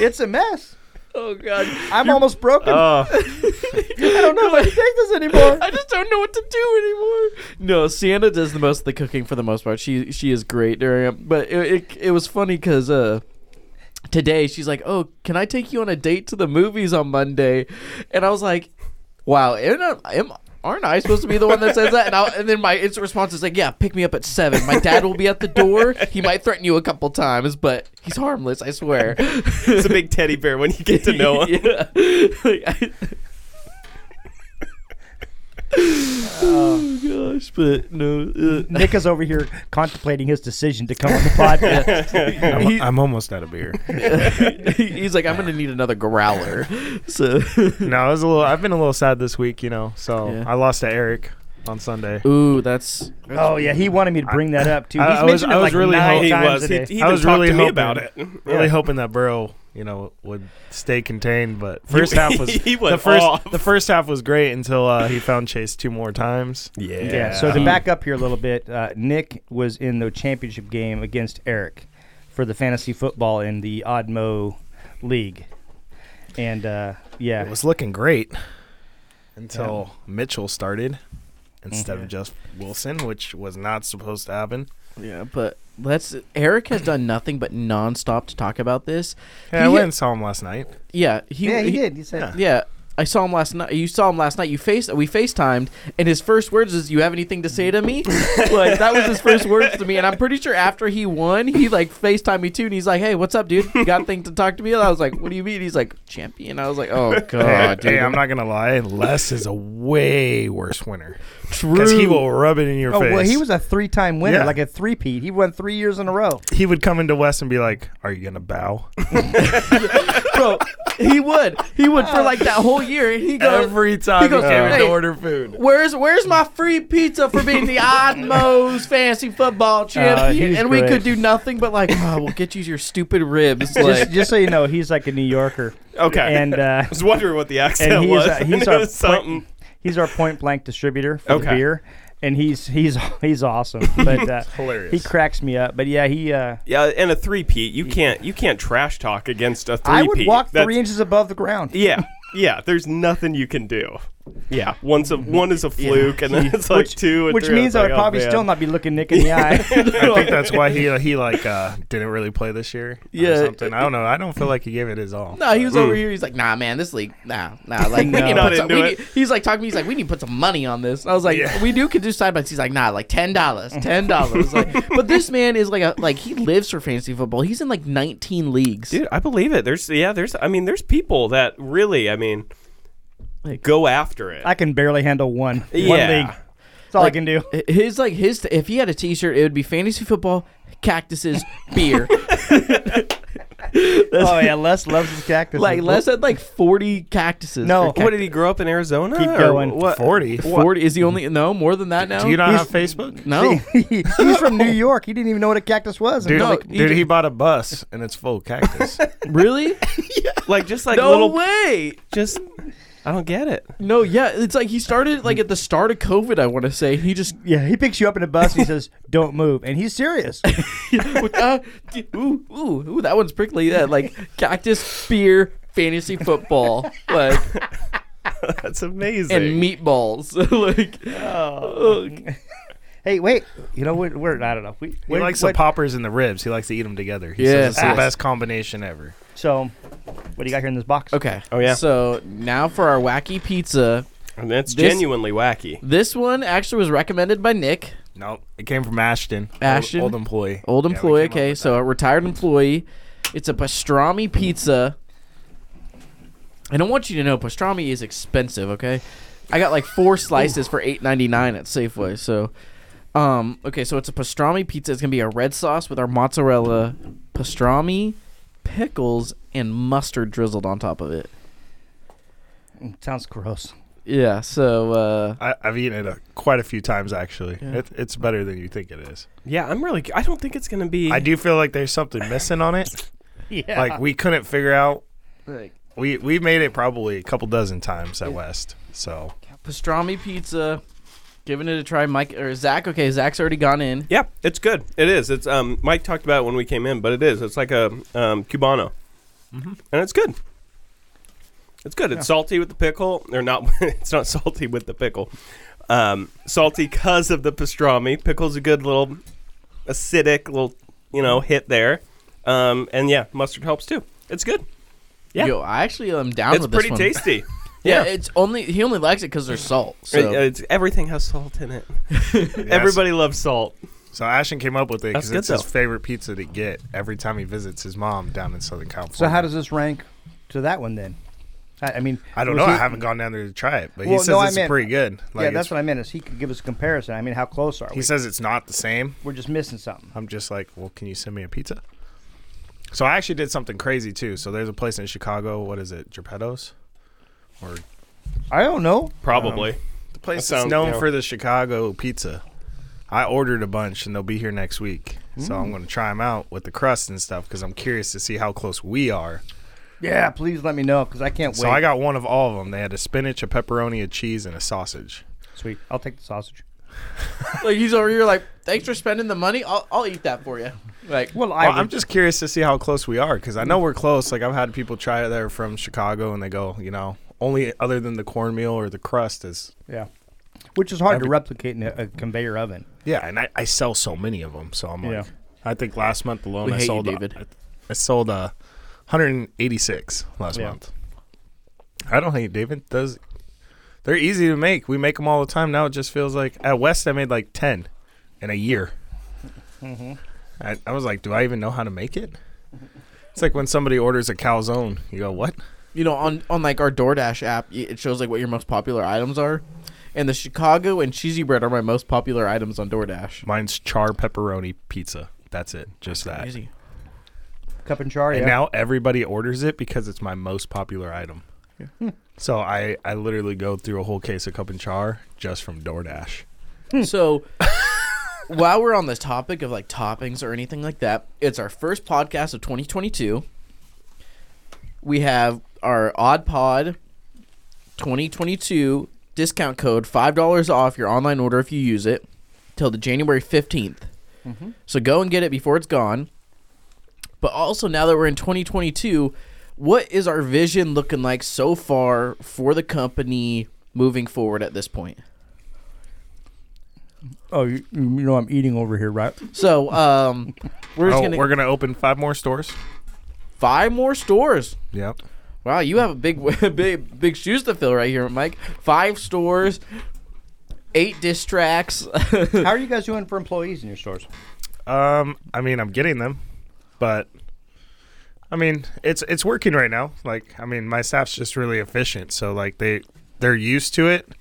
S1: it's a mess.
S5: Oh god,
S1: I'm almost broken.
S8: Oh.
S1: I don't know if I can take this anymore.
S5: I just don't know what to do anymore. No, Sienna does the most of the cooking for the most part. She she is great during it, but it it, it was funny because uh. Today she's like, "Oh, can I take you on a date to the movies on Monday?" And I was like, "Wow, am, I- am, aren't I supposed to be the one that says that?" And, I, and then my instant response is like, "Yeah, pick me up at seven. My dad will be at the door. He might threaten you a couple times, but he's harmless. I swear."
S8: It's a big teddy bear when you get to know him.
S5: Yeah. Like, I- oh gosh, but no. uh,
S1: Nick is over here contemplating his decision to come on the podcast.
S2: I'm,
S5: He-
S2: I'm almost out of beer.
S5: he's like, I'm gonna need another growler. So,
S2: no, I was a little. I've been a little sad this week, you know. So
S5: Yeah.
S2: I lost to Eric on Sunday.
S5: ooh, that's
S1: oh yeah, he wanted me to bring that up too. He's
S2: I- I was-
S1: mentioned
S2: I
S1: it
S2: was
S1: like
S2: really
S1: nine
S2: hoping-
S8: He
S1: times
S8: was. He,
S1: today.
S8: he
S2: I
S8: even
S2: was
S8: talked
S2: really
S8: to me
S2: hoping-
S8: about it.
S2: Really
S8: Yeah.
S2: hoping that Burrow, you know, would stay contained. But first half was
S8: he went
S2: the first.
S8: off.
S2: The first half was great until uh, he found Chase two more times.
S8: Yeah.
S1: Yeah. So to back up here a little bit, uh, Nick was in the championship game against Eric for the fantasy football in the Oddmo League, and uh, yeah,
S2: It was looking great until Mitchell started instead of just Wilson, which was not supposed to happen.
S5: yeah. But let's. Eric has done nothing but nonstop to talk about this.
S2: Yeah, I
S5: He-
S2: went and saw him last night.
S5: Yeah, he
S1: yeah, he did. He said,
S5: Yeah. I saw him last night. You saw him last night. You faced. We FaceTimed, and his first words is, "You have anything to say to me?" like that was his first words to me. And I'm pretty sure after he won, he like FaceTimed me too, and he's like, "Hey, what's up, dude? You got a thing to talk to me?" And I was like, "What do you mean?" He's like, "Champion." I was like, "Oh
S2: Hey,
S5: god, dude."
S2: hey, I'm not gonna lie. Les is a way worse winner because
S5: true.
S2: he will rub it in your
S1: "Oh
S2: face.
S1: well, he was a three-time winner,
S2: Yeah.
S1: like a three-peat. He won three years in a row."
S2: He would come into Wes and be like, "Are you gonna bow?"
S5: bro. He would. He would for like that whole year. and He goes.
S2: Every time
S5: he goes,
S2: came
S5: "Hey,
S2: to order food.
S5: Where's where's my free pizza for being the Odmos fantasy football champion?
S2: Uh,
S1: he's
S5: and we
S1: great.
S5: could do nothing but like, oh, we'll get you your stupid ribs. Like,
S1: Just, just so you know, he's like a New Yorker,
S8: Okay.
S1: and uh,
S8: I was wondering what the accent
S1: and he's,
S8: was.
S1: uh, he's
S8: It
S1: our
S8: was
S1: point-
S8: something.
S1: he's our point blank distributor for the
S8: Okay.
S1: beer, and he's he's he's awesome. But uh,
S2: hilarious.
S1: He cracks me up. But yeah, he. Uh,
S8: Yeah, and a three peat. You can't you can't trash talk against a three
S1: I would walk three inches above the ground.
S8: Yeah. Yeah. There's nothing you can do. Yeah, once a one is a fluke, and then it's like
S1: Which-
S8: two. And
S1: which
S8: three,
S1: means
S8: it's
S1: I would
S8: like, oh,
S1: probably
S8: man.
S1: still not be looking Nick in the eye.
S2: I think that's why he he like uh, didn't really play this year.
S5: Yeah.
S2: or something. I don't know. I don't feel like he gave it his all.
S5: No, he was over here. He's like, nah, man, this league, nah, nah. Like, we need to
S8: Not
S5: put some,
S8: into
S5: we
S8: it.
S5: need, he's like talking to me. He's like, we need to put some money on this. And I was like,
S2: Yeah.
S5: we do could do side bets. He's like, nah, like ten dollars, ten dollars. like, but this man is like a like he lives for fantasy football. He's in like nineteen leagues.
S8: dude. I believe it. There's yeah. There's I mean, there's people that really I mean,
S5: Like-
S8: go after it.
S1: I can barely handle one. One
S8: Yeah.
S1: league. That's all I can do.
S5: His like his if he had a T-shirt, it would be fantasy football, cactuses, beer.
S1: Oh yeah, Les loves his cactus.
S5: like Les had like forty cactuses.
S1: No.
S5: or
S8: what did he grow up in Arizona?
S1: Keep
S8: or
S1: going.
S8: What?
S2: Forty.
S5: forty? Is he only no more than that now?
S2: Do you not
S1: He's-
S2: have Facebook?
S5: no.
S1: he's from New York. He didn't even know what a cactus was.
S2: Dude,
S5: No,
S2: dude,
S5: he
S2: he,
S5: did-
S2: bought a bus and it's full of cactus.
S5: really?
S8: Like just like
S5: No
S8: little.
S5: way.
S8: Just I don't get it.
S5: No, yeah, it's like he started like at the start of COVID. I want to say he just
S1: yeah, he picks you up in a bus and he says, "Don't move," and he's serious.
S5: uh, ooh, ooh, ooh, that one's prickly. That like cactus, beer, fantasy football, like
S8: That's amazing.
S5: and meatballs. like
S1: hey, wait, you know we're, we're I don't know. We,
S2: he likes the poppers and the ribs. He likes to eat them together. He
S5: Yes,
S2: says it's
S5: yes.
S2: the best combination ever.
S1: So, what do you got here in this box?
S5: okay,
S8: Oh, yeah.
S5: So now for our wacky pizza.
S8: and that's
S5: This-
S8: genuinely wacky.
S5: This one actually was recommended by Nick,
S2: Nope, it came from Ashton. Old-
S5: Ashton?
S2: old, employee.
S5: old
S2: Yeah, we
S5: employee.
S2: came up
S5: okay,
S2: with
S5: so a retired employee. It's a pastrami pizza. And I want you to know pastrami is expensive. Okay, I got like four slices for eight ninety nine at Safeway. So, um, okay, so it's a pastrami pizza. It's gonna be a red sauce with our mozzarella, pastrami, pickles, and mustard drizzled on top of it.
S1: Mm, Sounds gross.
S5: Yeah. So, uh,
S2: that. I, I've eaten it uh quite a few times actually. It, it's better than you think it is.
S8: Yeah, I'm really. I don't think it's gonna be.
S2: I do feel like there's something missing on it.
S1: Yeah.
S2: Like we couldn't figure out. We we made it probably a couple dozen times at West. So
S5: pastrami pizza. Giving it a try, Mike or Zach. Okay, Zach's already gone in.
S8: Yeah, it's good. It is. It's um. Mike talked about it when we came in, but it is. It's like a um cubano,
S5: Mm-hmm.
S8: and it's good. It's good. It's salty with the pickle, or not? it's not salty with the pickle. Um, salty because of the pastrami. Pickle's a good little acidic little you know hit there. Um, and yeah, mustard helps too. It's good. Yeah.
S5: Yo, I actually am down
S8: it's
S5: with this
S8: pretty
S5: one.
S8: tasty.
S5: Yeah, it's only he only likes it because there's salt. So
S8: It- uh, it's everything has salt in it. Everybody loves salt.
S2: so Ashton came up with it
S8: That's
S2: because
S8: good,
S2: it's his
S8: though.
S2: favorite pizza to get every time he visits his mom down in Southern California.
S1: so how does this rank to that one then? I, I mean,
S2: I don't
S1: was
S2: know. I
S1: he-
S2: haven't gone down there to try it, but he
S1: Well,
S2: says
S1: no, I
S2: it's
S1: meant-
S2: pretty good. Like,
S1: yeah,
S2: it's-
S1: that's what I meant. Is he could give us a comparison? I mean, how close are
S2: He
S1: we?
S2: says it's not the same.
S1: We're just missing something.
S2: I'm just like, well, can you send me a pizza? So I actually did something crazy too. So there's a place in Chicago. What is it, Geppetto's, or
S1: I don't know.
S8: Probably.
S2: the place
S8: That
S2: that's
S8: sounds-
S2: known
S8: yeah.
S2: for the Chicago pizza? I ordered a bunch, and they'll be here next week. So I'm going to try them out with the crust and stuff because I'm curious to see how close we are.
S1: Yeah, please let me know because I can't wait.
S2: So I got one of all of them. They had a spinach, a pepperoni, a cheese, and a sausage.
S1: Sweet. I'll take the sausage.
S5: like he's over here like, thanks for spending the money. I'll, I'll eat that for you. Like
S1: Well, I
S2: Well, I'm
S1: would-
S2: just curious to see how close we are because I know we're close. Like I've had people try it there from Chicago, and they go, you know, only other than the cornmeal or the crust is.
S1: yeah, which is hard to
S2: Every-
S1: replicate in a, a conveyor oven.
S2: Yeah, and I, I sell so many of them, so I'm like,
S1: Yeah.
S2: I think last month alone
S5: We
S2: I
S5: hate you,
S2: sold
S5: David.
S2: I, I sold uh, 186 last
S1: Yeah.
S2: month. I don't hate David. Does they're easy to make? We make them all the time now. It just feels like at West I made like 10 in a year.
S1: Mm-hmm.
S2: I, I was like, do I even know how to make it? It's like when somebody orders a calzone. You go, what?
S5: you know, on on like our DoorDash app, y- it shows like what your most popular items are, and the Chicago and cheesy bread are my most popular items on DoorDash.
S2: Mine's char pepperoni pizza. That's it. Just that.
S5: Crazy.
S1: Cup and char.
S2: And
S1: yeah.
S2: now everybody orders it because it's my most popular item.
S5: Hmm.
S2: So I, I literally go through a whole case of cup and char just from DoorDash.
S5: So, while we're on the topic of like toppings or anything like that, it's our first podcast of 2022. We have our Odd Pod 2022 discount code $5 off your online order if you use it till the January 15th. So, go and get it before it's gone. But also, now that we're in 2022, what is our vision looking like so far for the company moving forward at this point?
S1: Oh, you, you know I'm eating over here, right?
S5: So um, we're just
S2: Oh,
S5: gonna
S2: we're gonna open five more stores.
S5: five more stores.
S2: Yep.
S5: Wow, you have a big, big, big shoes to fill right here, Mike. Five stores, eight diss tracks.
S1: How are you guys doing for employees in your stores?
S2: Um, I mean, I'm getting them, but I mean, it's it's working right now. Like, I mean, my staff's just really efficient, so like they they're used to it,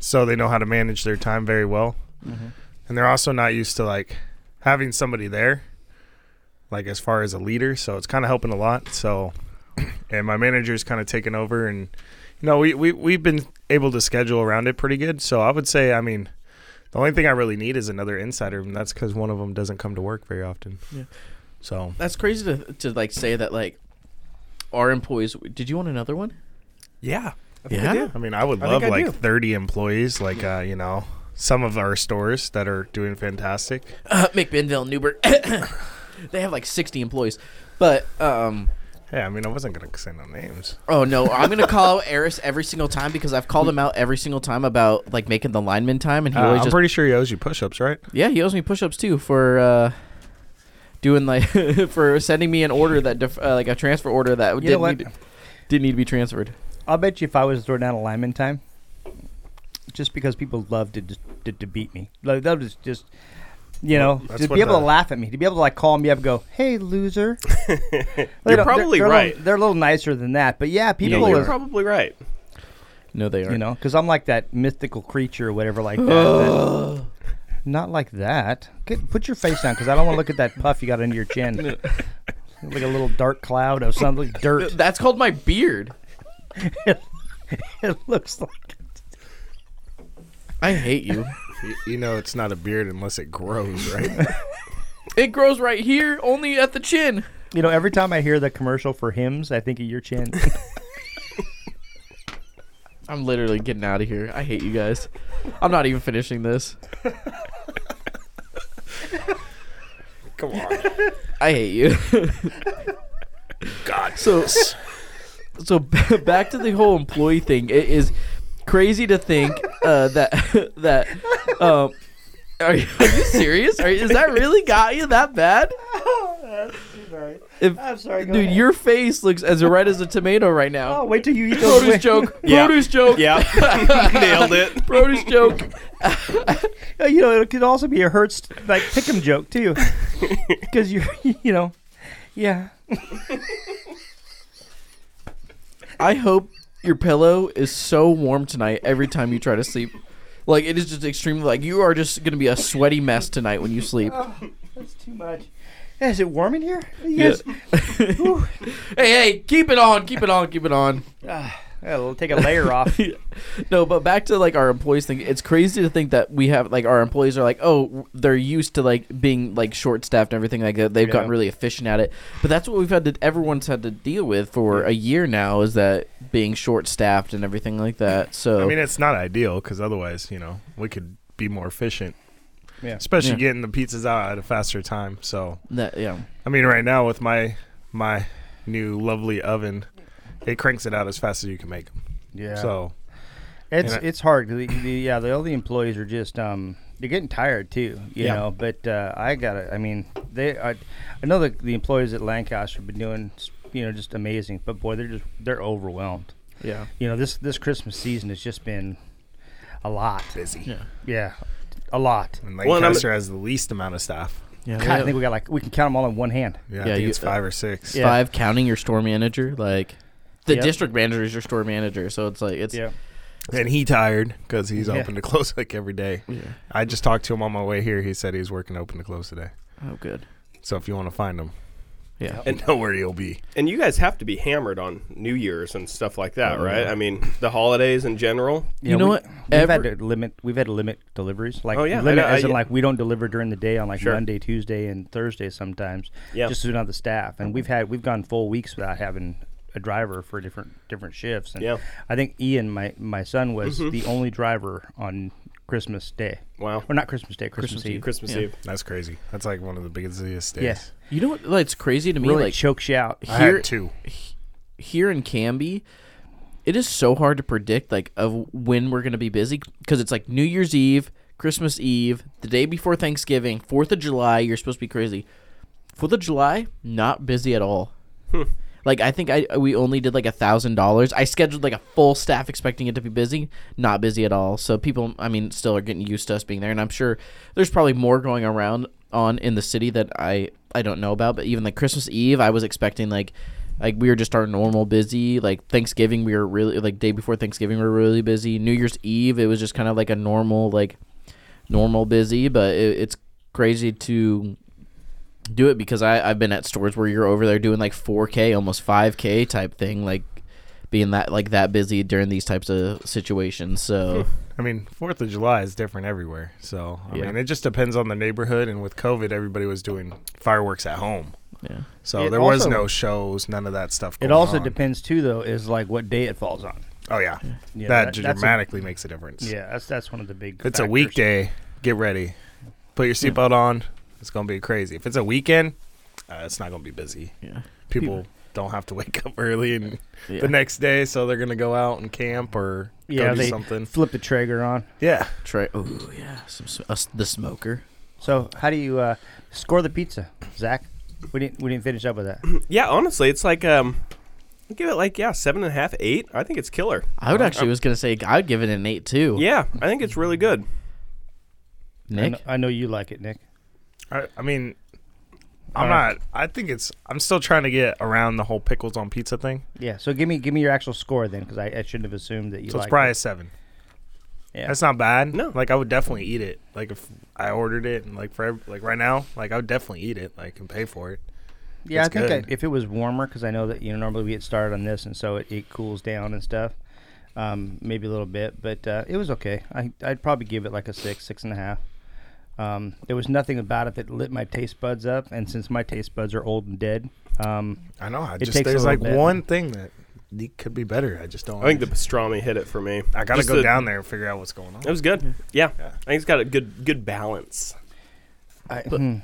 S2: so they know how to manage their time very well, and they're also not used to like having somebody there, like as far as a leader. So it's kind of helping a lot. So, and my manager's kind of taking over, and you know, we we we've been able to schedule around it pretty good. So I would say, I mean. The only thing I really need is another insider, and that's because one of them doesn't come to work very often. Yeah. So
S5: That's crazy to, to like say that like our employees. Did you want another one?
S2: yeah,
S5: Yeah.
S2: I mean, I would
S1: I
S2: love
S1: think I
S2: like
S1: do.
S2: 30 employees, like uh, you know, some of our stores that are doing fantastic.
S5: Uh, McBenville, Newbert. they have like sixty employees, but um.
S2: Hey, I mean, I wasn't gonna say no names.
S5: Oh no! I'm gonna call out Eris every single time because I've called him out every single time about like making the lineman time, and he
S2: Uh,
S5: always
S2: I'm
S5: just
S2: pretty sure he owes you push-ups, right?
S5: yeah he owes me push-ups too for uh, doing like for sending me an order that def- uh, like a transfer order that
S1: know
S5: didn't
S1: what?
S5: need, didn't need to be transferred.
S1: I'll bet you if I was to throw down a lineman time, just because people love to just to, to beat me, like, they'll just just you know
S2: that's
S1: to
S2: what
S1: be able
S2: the-
S1: to laugh at me, to be able to like call me up, and go, hey loser. They don't- they're-
S8: probably
S1: they're a
S8: right.
S1: little- they're a little nicer than that, but yeah, people
S8: you're
S1: are.
S8: probably right.
S5: No, they are.
S1: You know, because I'm like that mythical creature or whatever, like that. that not like that. Get, put your face down because I don't want to look at that puff you got under your chin. like a little dark cloud of something, like dirt.
S5: That's called my beard.
S1: it looks like.
S5: I hate you.
S2: You, you know, it's not a beard unless it grows, right?
S5: it grows right here, only at the chin.
S1: You know, every time I hear the commercial for hymns, I think of your chin.
S5: I'm literally getting out of here. I hate you guys. I'm not even finishing this.
S2: Come on,
S5: I hate you.
S2: God.
S5: So, so b- back to the whole employee thing. It is crazy to think uh, that that. Um, are you, are you serious? Are, is that really got you that bad? If-
S1: I'm sorry, go
S5: dude.
S1: ahead.
S5: Your face looks as red as a tomato right now.
S1: Oh, wait till you eat those.
S5: Produce joke.
S8: Yeah.
S5: Produce joke.
S8: Yeah, nailed it.
S5: Produce joke.
S1: wi- You know, it could also be a Hertz like pick'em joke too, because you're, you know, yeah.
S5: I hope your pillow is so warm tonight every time you try to sleep. Like it is just extremely like you are just gonna be a sweaty mess tonight when you sleep.
S1: That's too much. Is it warm in here?
S5: Yeah.
S1: Yes.
S5: hey, hey, keep it on, keep it on, keep it on.
S1: Ah, Yeah, we'll take a layer off.
S5: No, but back to like our employees thing. It's crazy to think that we have like our employees are like, oh, they're used to like being like short staffed and everything like that. They've gotten
S1: Yeah.
S5: really efficient at it. But that's what we've had to everyone's had to deal with for a year now is that being short staffed and everything like that. So
S2: I mean, it's not ideal because otherwise, you know, we could be more efficient.
S1: Yeah.
S2: Especially
S5: Yeah.
S2: getting the pizzas out at a faster time. So
S5: that, yeah.
S2: I mean, right now with my my new lovely oven, it cranks it out as fast as you can make them.
S1: Yeah.
S2: So
S1: It's
S2: And I-
S1: it's hard. The, the, yeah, the, all the employees are just um they're getting tired too. You
S2: Yeah.
S1: know, but uh, I gotta. I mean, they. I, I know that the employees at Lancaster have been doing you know just amazing, but boy, they're just they're overwhelmed.
S5: Yeah.
S1: You know, this this Christmas season has just been a lot.
S2: busy.
S1: Yeah, a lot.
S2: And
S8: Well, and I'm-
S2: Lancaster has the least amount of staff.
S5: Yeah.
S1: God, I think we got like we can count them all on one hand.
S2: Yeah,
S5: Yeah,
S2: I think
S5: you-
S2: it's five or six.
S1: Yeah.
S5: five counting your store manager like the
S1: Yep.
S5: district manager is your store manager so it's like it's
S2: And he tired because he's
S1: Yeah.
S2: open to close like every day. I just talked to him on my way here. He said he's working open to close today.
S5: oh good
S2: So if you want to find him,
S5: yeah
S2: and know where he'll be.
S8: And you guys have to be hammered on New Year's and stuff like that, right? I mean, the holidays in general.
S5: you know
S1: we-
S5: what
S1: We've had
S5: Every-
S1: to limit. We've had to limit deliveries. Like
S8: Oh, yeah. I
S1: limit
S8: know,
S1: as
S8: I-
S1: in like we don't deliver during the day on like
S8: Sure.
S1: Monday, Tuesday, and Thursday sometimes.
S8: Yeah.
S1: Just to not the staff, and we've had we've gone full weeks without having a driver for different different shifts. And
S8: Yeah.
S1: I think Ian, my my son, was the only driver on Christmas Day.
S8: Wow.
S1: Or not Christmas Day, Christmas, Eve.
S8: Christmas
S5: Yeah.
S8: Eve.
S2: That's crazy. That's like one of the biggest days.
S1: Yeah.
S5: you know what like, it's crazy to me
S1: Really
S5: like
S1: chokes you out.
S2: I
S5: Here-
S2: had two.
S5: here in Canby it is so hard to predict like of when we're gonna be busy because it's like New Year's Eve, Christmas Eve, the day before Thanksgiving, Fourth of July. You're supposed to be crazy. Fourth of July, not busy at all. like I think I we only did like a thousand dollars. I scheduled like a full staff expecting it to be busy, not busy at all. So people, I mean, still are getting used to us being there, and I'm sure there's probably more going around on in the city that I I don't know about. But even like Christmas Eve, I was expecting like like we were just our normal busy. Like Thanksgiving, we were really like day before Thanksgiving, we were really busy. New Year's Eve, it was just kind of like a normal like normal busy, but it, it's crazy to do it because I, I've been at stores where you're over there doing like 4K, almost 5K type thing, like being that like that busy during these types of situations. So
S2: I mean, Fourth of July is different everywhere. So I
S5: Yeah.
S2: mean, it just depends on the neighborhood. And with COVID, everybody was doing fireworks at home,
S5: yeah,
S2: so
S1: It
S2: there was
S1: also-
S2: no shows, none of that stuff. Going
S1: It also
S2: on.
S1: depends too, though, is like what day it falls on.
S2: Oh yeah,
S1: Yeah, that-
S2: that,
S1: that's a-
S2: dramatically makes a difference.
S1: Yeah, that's that's one of the big.
S2: If it's a
S1: factors.
S2: weekday, get ready. Put your seatbelt on. It's gonna be crazy. If it's a weekend, uh, it's not gonna be busy.
S5: yeah,
S2: People don't have to wake up early and
S5: yeah.
S2: the next day, so they're gonna go out and camp or
S1: Yeah,
S2: go do
S1: they
S2: something.
S1: flip the Traeger on.
S2: Yeah,
S5: Try oh yeah, some, s- us the smoker.
S1: So how do you uh, score the pizza, Zach? We didn't we didn't finish up with that.
S8: Yeah, honestly, it's like um, I'd give it like yeah, seven and a half, eight. I think it's killer.
S5: I would actually was gonna say I'd give it an eight too.
S8: Yeah, I think it's really good.
S1: I
S5: Nick.
S1: know, I know you like it, Nick.
S2: I, I mean, I'm not. I think it's. I'm still trying to get around the whole pickles on pizza thing.
S1: Yeah. So give me give me your actual score then, because I, I shouldn't have assumed that you.
S2: So it's
S1: liked
S2: probably a
S1: it.
S2: seven.
S1: Yeah.
S2: That's not bad.
S8: No.
S2: like I would definitely eat it. Like if I ordered it and like for ev- like right now, like I would definitely eat it. Like and pay for it.
S1: yeah. I
S2: it's
S1: think I,
S2: good.
S1: if it was warmer, because I know that you know normally we get started on this, and so it, it cools down and stuff. Um, maybe a little bit, but uh, it was okay. I I'd probably give it like a six, six and a half. Um, there was nothing about it that lit my taste buds up, and since my taste buds are old and dead, um,
S2: I know. I
S1: It
S2: just
S1: takes a
S2: there's like
S1: little bit.
S2: one thing that ne- could be better. I just don't.
S8: I think the pastrami hit it for me.
S2: I gotta
S8: Just
S2: go
S8: the-
S2: down there and figure out what's going on.
S8: It was good. Yeah. I think it's got a good good balance.
S1: I, hmm.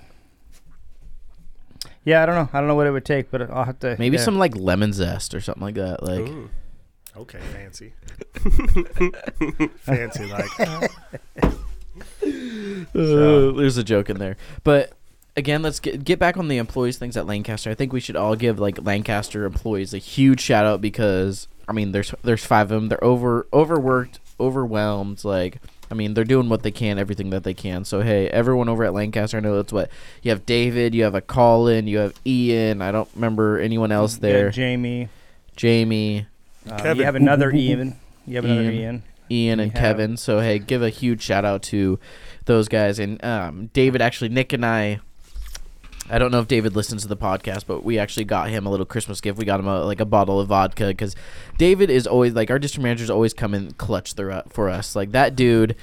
S1: yeah, I don't know. I don't know what it would take, but I'll have to
S5: Maybe
S1: yeah.
S5: some like lemon zest or something like that. Like
S8: Mm.
S2: Okay, fancy. fancy like
S5: Uh, there's a joke in there. But again, let's get get back on the employees things at Lancaster. I think we should all give like Lancaster employees a huge shout out because I mean, there's there's five of them. They're over overworked, overwhelmed. Like I mean, they're doing what they can, everything that they can. So hey, everyone over at Lancaster, I know that's what you have. David, you have a Colin, you have Ian. I don't remember anyone else
S1: Yeah,
S5: there.
S1: Jamie.
S5: Jamie,
S1: Uh,
S2: Kevin.
S1: You have another Ian. You have another
S5: Ian.
S1: Ian.
S5: Ian and
S1: Yeah.
S5: Kevin. So hey, give a huge shout out to those guys and um, David. Actually, Nick and I. I don't know if David listens to the podcast, but we actually got him a little Christmas gift. We got him a, like a bottle of vodka because David is always like our district managers always come and clutch the, for us. Like that dude,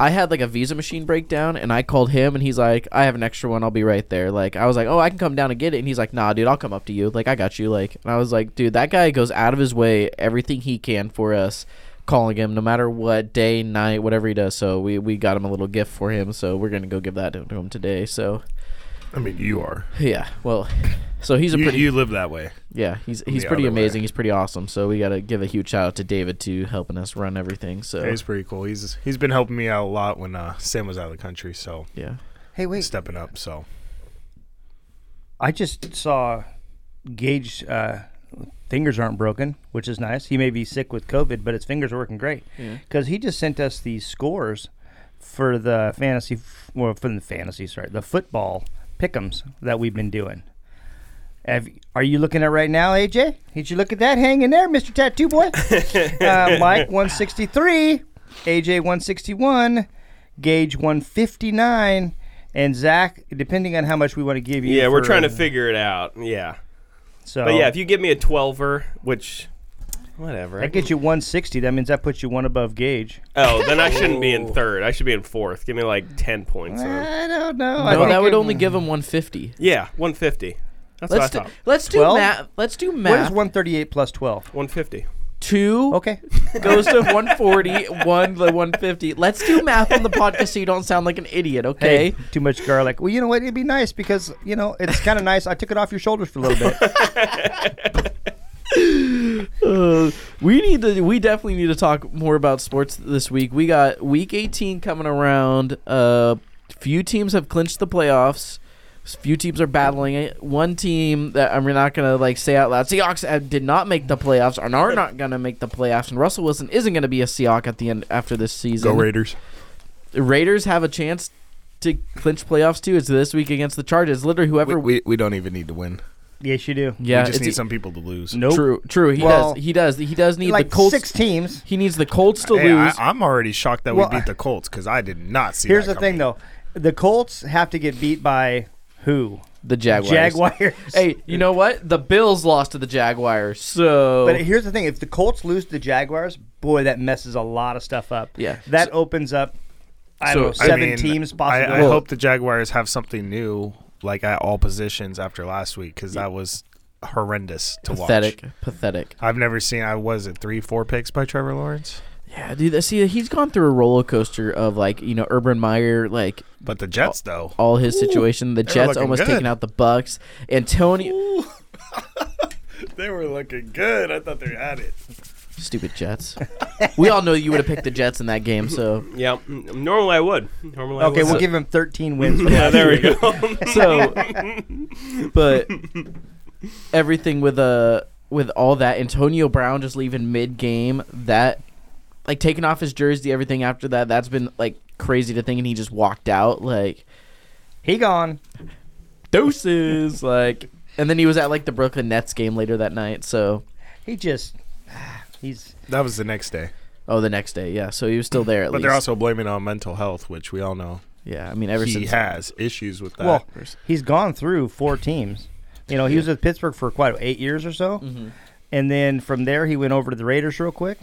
S5: I had like a Visa machine breakdown and I called him and he's like, I have an extra one. I'll be right there. Like I was like, oh, I can come down and get it. And he's like, nah, dude, I'll come up to you. Like I got you. Like and I was like, dude, that guy goes out of his way everything he can for us. Calling him no matter what day, night, whatever he does. So we we got him a little gift for him. So we're gonna go give that to him today. So
S2: I mean you are.
S5: yeah, well, so he's a
S2: You,
S5: pretty
S2: you live that way.
S5: yeah he's he's
S2: the
S5: pretty
S2: other way.
S5: amazing. He's pretty awesome. So we gotta give a huge shout out to David to helping us run everything. So
S2: he's pretty cool. He's he's been helping me out a lot when uh, Sam was out of the country, so
S5: yeah,
S1: Hey, wait.
S2: stepping up. So
S1: I just saw Gage uh, fingers aren't broken, which is nice. He may be sick with COVID, but his fingers are working great because he just sent us the scores for the fantasy, f- well, for the fantasy, sorry, the football pickums that we've been doing. Have, are you looking at right now, AJ? Did you look at that? Hang in there, Mister Tattoo Boy. uh, Mike one sixty three, AJ one sixty one, Gage one fifty nine. And Zach, depending on how much we want to give you,
S8: Yeah, we're
S1: for-
S8: trying to figure it out. Yeah.
S1: so
S8: But yeah,
S5: Um,
S8: if you give me a 12er, which whatever.
S1: that gets you 160, that means that puts you one above gauge.
S8: oh, then I shouldn't be in third. I should be in fourth. Give me like 10 points. Or,
S1: I don't know.
S5: no, that would only give him 150.
S8: yeah, 150. That's
S5: Let's
S8: what I
S5: do,
S8: thought.
S5: let's do
S1: Twelve?
S5: math. Let's do
S1: What is
S5: math.
S1: 138 plus 12?
S8: 150.
S5: Two
S1: Okay.
S5: goes to 140, one to 150. Let's do math on the podcast so you don't sound like an idiot. Okay.
S1: Hey, too much garlic. Well, you know what? It'd be nice because, you know, it's kind of nice. I took it off your shoulders for a little bit.
S5: Uh, we need to. We definitely need to talk more about sports this week. We got Week 18 coming around. Uh, few teams have clinched the playoffs. Few teams are battling it. One team that I'm not gonna like say out loud. Seahawks uh, did not make the playoffs, and are not gonna make the playoffs. And Russell Wilson isn't gonna be a Seahawk at the end after this season.
S2: Go Raiders.
S5: The Raiders have a chance to clinch playoffs too. It's this week against the Chargers. Literally,
S2: We,
S5: whoever.
S2: we, we don't even need to win.
S1: Yes, you do.
S5: yeah,
S2: we just
S5: it's e
S2: need some people to lose.
S1: Nope.
S5: True, true. He
S1: Well,
S5: does. He does. He does need
S1: Like
S5: the Colts.
S1: six teams.
S5: He needs the Colts to
S2: Hey,
S5: lose.
S2: I, I'm already shocked that
S1: Well,
S2: we beat the Colts because I did not see.
S1: Here's
S2: that
S1: the thing,
S2: coming.
S1: though. The Colts have to get beat by who?
S5: the Jaguars.
S1: Jaguars.
S5: Hey, you know what? The Bills lost to the Jaguars, so
S1: But here's the thing: if the Colts lose to the Jaguars, boy, that messes a lot of stuff up.
S5: Yeah.
S1: that opens up. I
S5: So-
S1: don't know,
S5: I
S1: seven
S2: mean,
S1: teams
S2: I,
S1: possibly.
S2: I hope the Jaguars have something new, like at all positions after last week, because that was horrendous to
S5: pathetic,
S2: watch.
S5: pathetic.
S2: I've never seen. I was it three, four picks by Trevor Lawrence,
S5: Yeah, dude. See, he's gone through a roller coaster of like you know Urban Meyer, like
S2: but the Jets though.
S5: all his situation. The
S2: were
S5: Jets
S2: looking
S5: almost
S2: good.
S5: taking out the Bucks. Antonio,
S2: They were looking good. I thought they had it.
S5: stupid Jets. we all know you would have picked the Jets in that game. So,
S8: Yeah, mm, normally I would. Normally,
S1: okay,
S8: I would.
S1: we'll give him 13 wins.
S8: Yeah, there we go.
S5: so, but everything with uh with all that Antonio Brown just leaving mid game that like taking off his jersey everything after that that's been like crazy to think and he just walked out like
S1: he gone.
S5: doses like and then he was at like the Brooklyn Nets game later that night so
S1: He just ah, he's
S2: That was the next day.
S5: oh the next day yeah so he was still there at
S2: But
S5: least
S2: they're also blaming it on mental health, which we all know
S5: yeah I mean ever
S2: he
S5: since
S2: has issues with that.
S1: well. He's gone through four teams. You know, he was with Pittsburgh for quite eight years or so,
S8: Mm-hmm.
S5: Mhm.
S1: and then from there he went over to the Raiders real quick,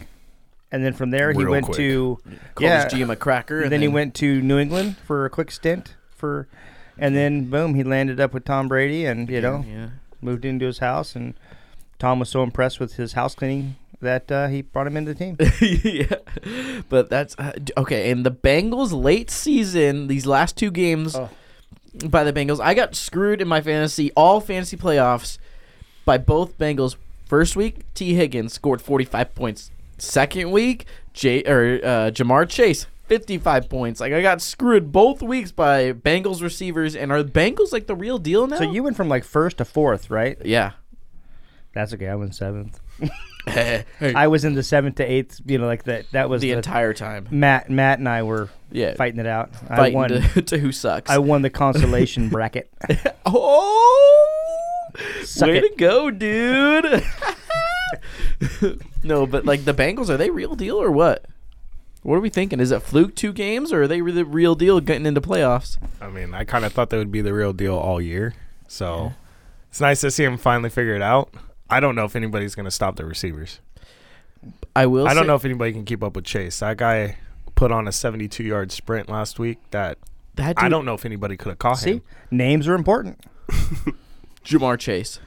S1: and then from there he
S2: Real
S1: went
S2: quick.
S1: to
S5: called
S1: yeah,
S5: his GM a cracker
S1: And then he went to New England for a quick stint for, and then boom, he landed up with Tom Brady, and you know,
S5: yeah
S1: moved into his house, and Tom was so impressed with his house cleaning that uh, he brought him into the team.
S5: yeah, but that's uh, d- okay. And the Bengals late season, these last two games
S1: Oh.
S5: by the Bengals, I got screwed in my fantasy all fantasy playoffs by both Bengals. First week, T. Higgins scored forty five points. Second week, J or uh, Jamar Chase. 55 points. Like, I got screwed both weeks by Bengals receivers. And are Bengals like the real deal now?
S1: so you went from like first to fourth, right?
S5: Yeah.
S1: That's okay. I went seventh.
S5: Hey,
S1: I was in the seventh to eighth. You know, like that. That was
S5: the entire time.
S1: Matt. Matt and I were
S5: Yeah.
S1: fighting it out. I
S5: Fighting
S1: won.
S5: to, to who sucks.
S1: I won the consolation bracket.
S5: Oh,
S1: Suck
S5: way
S1: it.
S5: to go, dude! no, but like the Bengals, are they real deal or what? What are we thinking? Is it fluke two games or are they the real deal getting into playoffs?
S2: I mean, I kind of thought they would be the real deal all year. So it's nice to see him finally figure it out. I don't know if anybody's going to stop the receivers.
S5: I will.
S2: I don't
S5: say-
S2: know if anybody can keep up with Chase. That guy put on a 72 yard sprint last week that
S5: That
S2: I
S5: dude-
S2: don't know if anybody could have caught
S1: See,
S2: him.
S1: names are important.
S5: Jamar Chase.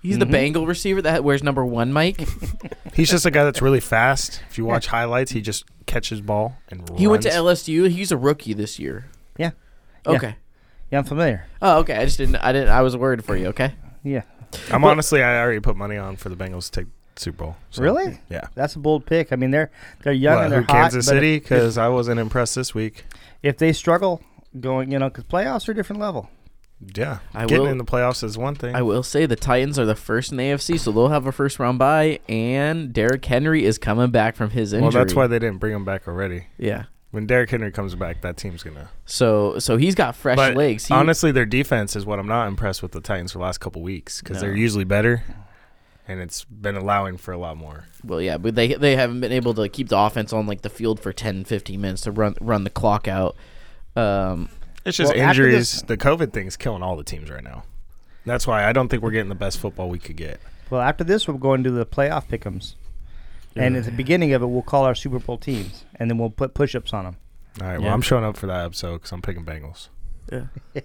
S5: He's
S2: Mm-hmm.
S5: the Bengal receiver that wears number one, Mike.
S2: He's just a guy that's really fast. If you watch highlights, he just catches ball and runs.
S5: He went to LSU. He's a rookie this year.
S1: Yeah. Yeah.
S5: Okay.
S1: Yeah, I'm familiar.
S5: Oh, okay. I just didn't. I didn't. I was worried for you. Okay.
S1: Yeah.
S2: I'm honestly, I already put money on for the Bengals to take Super Bowl. so,
S1: Really?
S2: Yeah.
S1: That's a bold pick. I mean, they're they're young
S2: Well,
S1: and they're
S2: who,
S1: hot.
S2: Kansas
S1: but if-
S2: City? Because I wasn't impressed this week.
S1: if they struggle going, you know, because playoffs are a different level.
S2: Yeah,
S5: I
S2: getting
S5: will-
S2: in the playoffs is one thing.
S5: I will say the Titans are the first in the AFC, so they'll have a first round bye. And Derrick Henry is coming back from his injury.
S2: Well, that's why they didn't bring him back already.
S5: Yeah.
S2: When Derrick Henry comes back, that team's gonna.
S5: So so he's got fresh
S2: But
S5: legs. He,
S2: honestly, their defense is what I'm not impressed with the Titans for the last couple weeks because they're
S5: No.
S2: usually better, and it's been allowing for a lot more.
S5: well, yeah, but they they haven't been able to keep the offense on like the field for 10, 15 minutes to run run the clock out. Um,
S2: It's just
S1: Well, after
S2: injuries.
S1: this-
S2: the COVID thing's killing all the teams right now. That's why I don't think we're getting the best football we could get.
S1: Well, after this, we'll go into the playoff pickems, and at the beginning of it, we'll call our Super Bowl teams, and then we'll put push-ups on them.
S2: All right,
S5: Yeah.
S2: well, I'm showing up for that episode because I'm picking Bengals.
S5: yeah.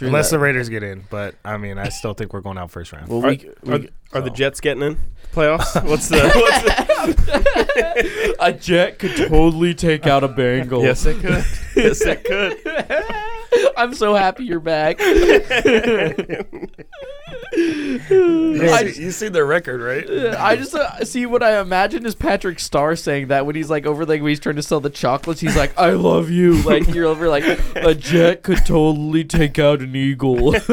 S2: Unless the Raiders get in, but I mean, I still think we're going out first round.
S5: well,
S8: Are,
S5: we, oh.
S8: are-
S5: we-
S8: are the Jets getting in playoffs? What's the? What's the
S5: a jet could totally take out a Bengal.
S8: yes, it could. yes, it could.
S5: I'm so happy you're back. I
S2: You
S5: just,
S2: see, you see the record, right?
S5: I just, uh, see what I imagine is Patrick Starr saying that when he's like over like when he's trying to sell the chocolates, he's like, "I love you." Like you're over like a jet could totally take out an eagle.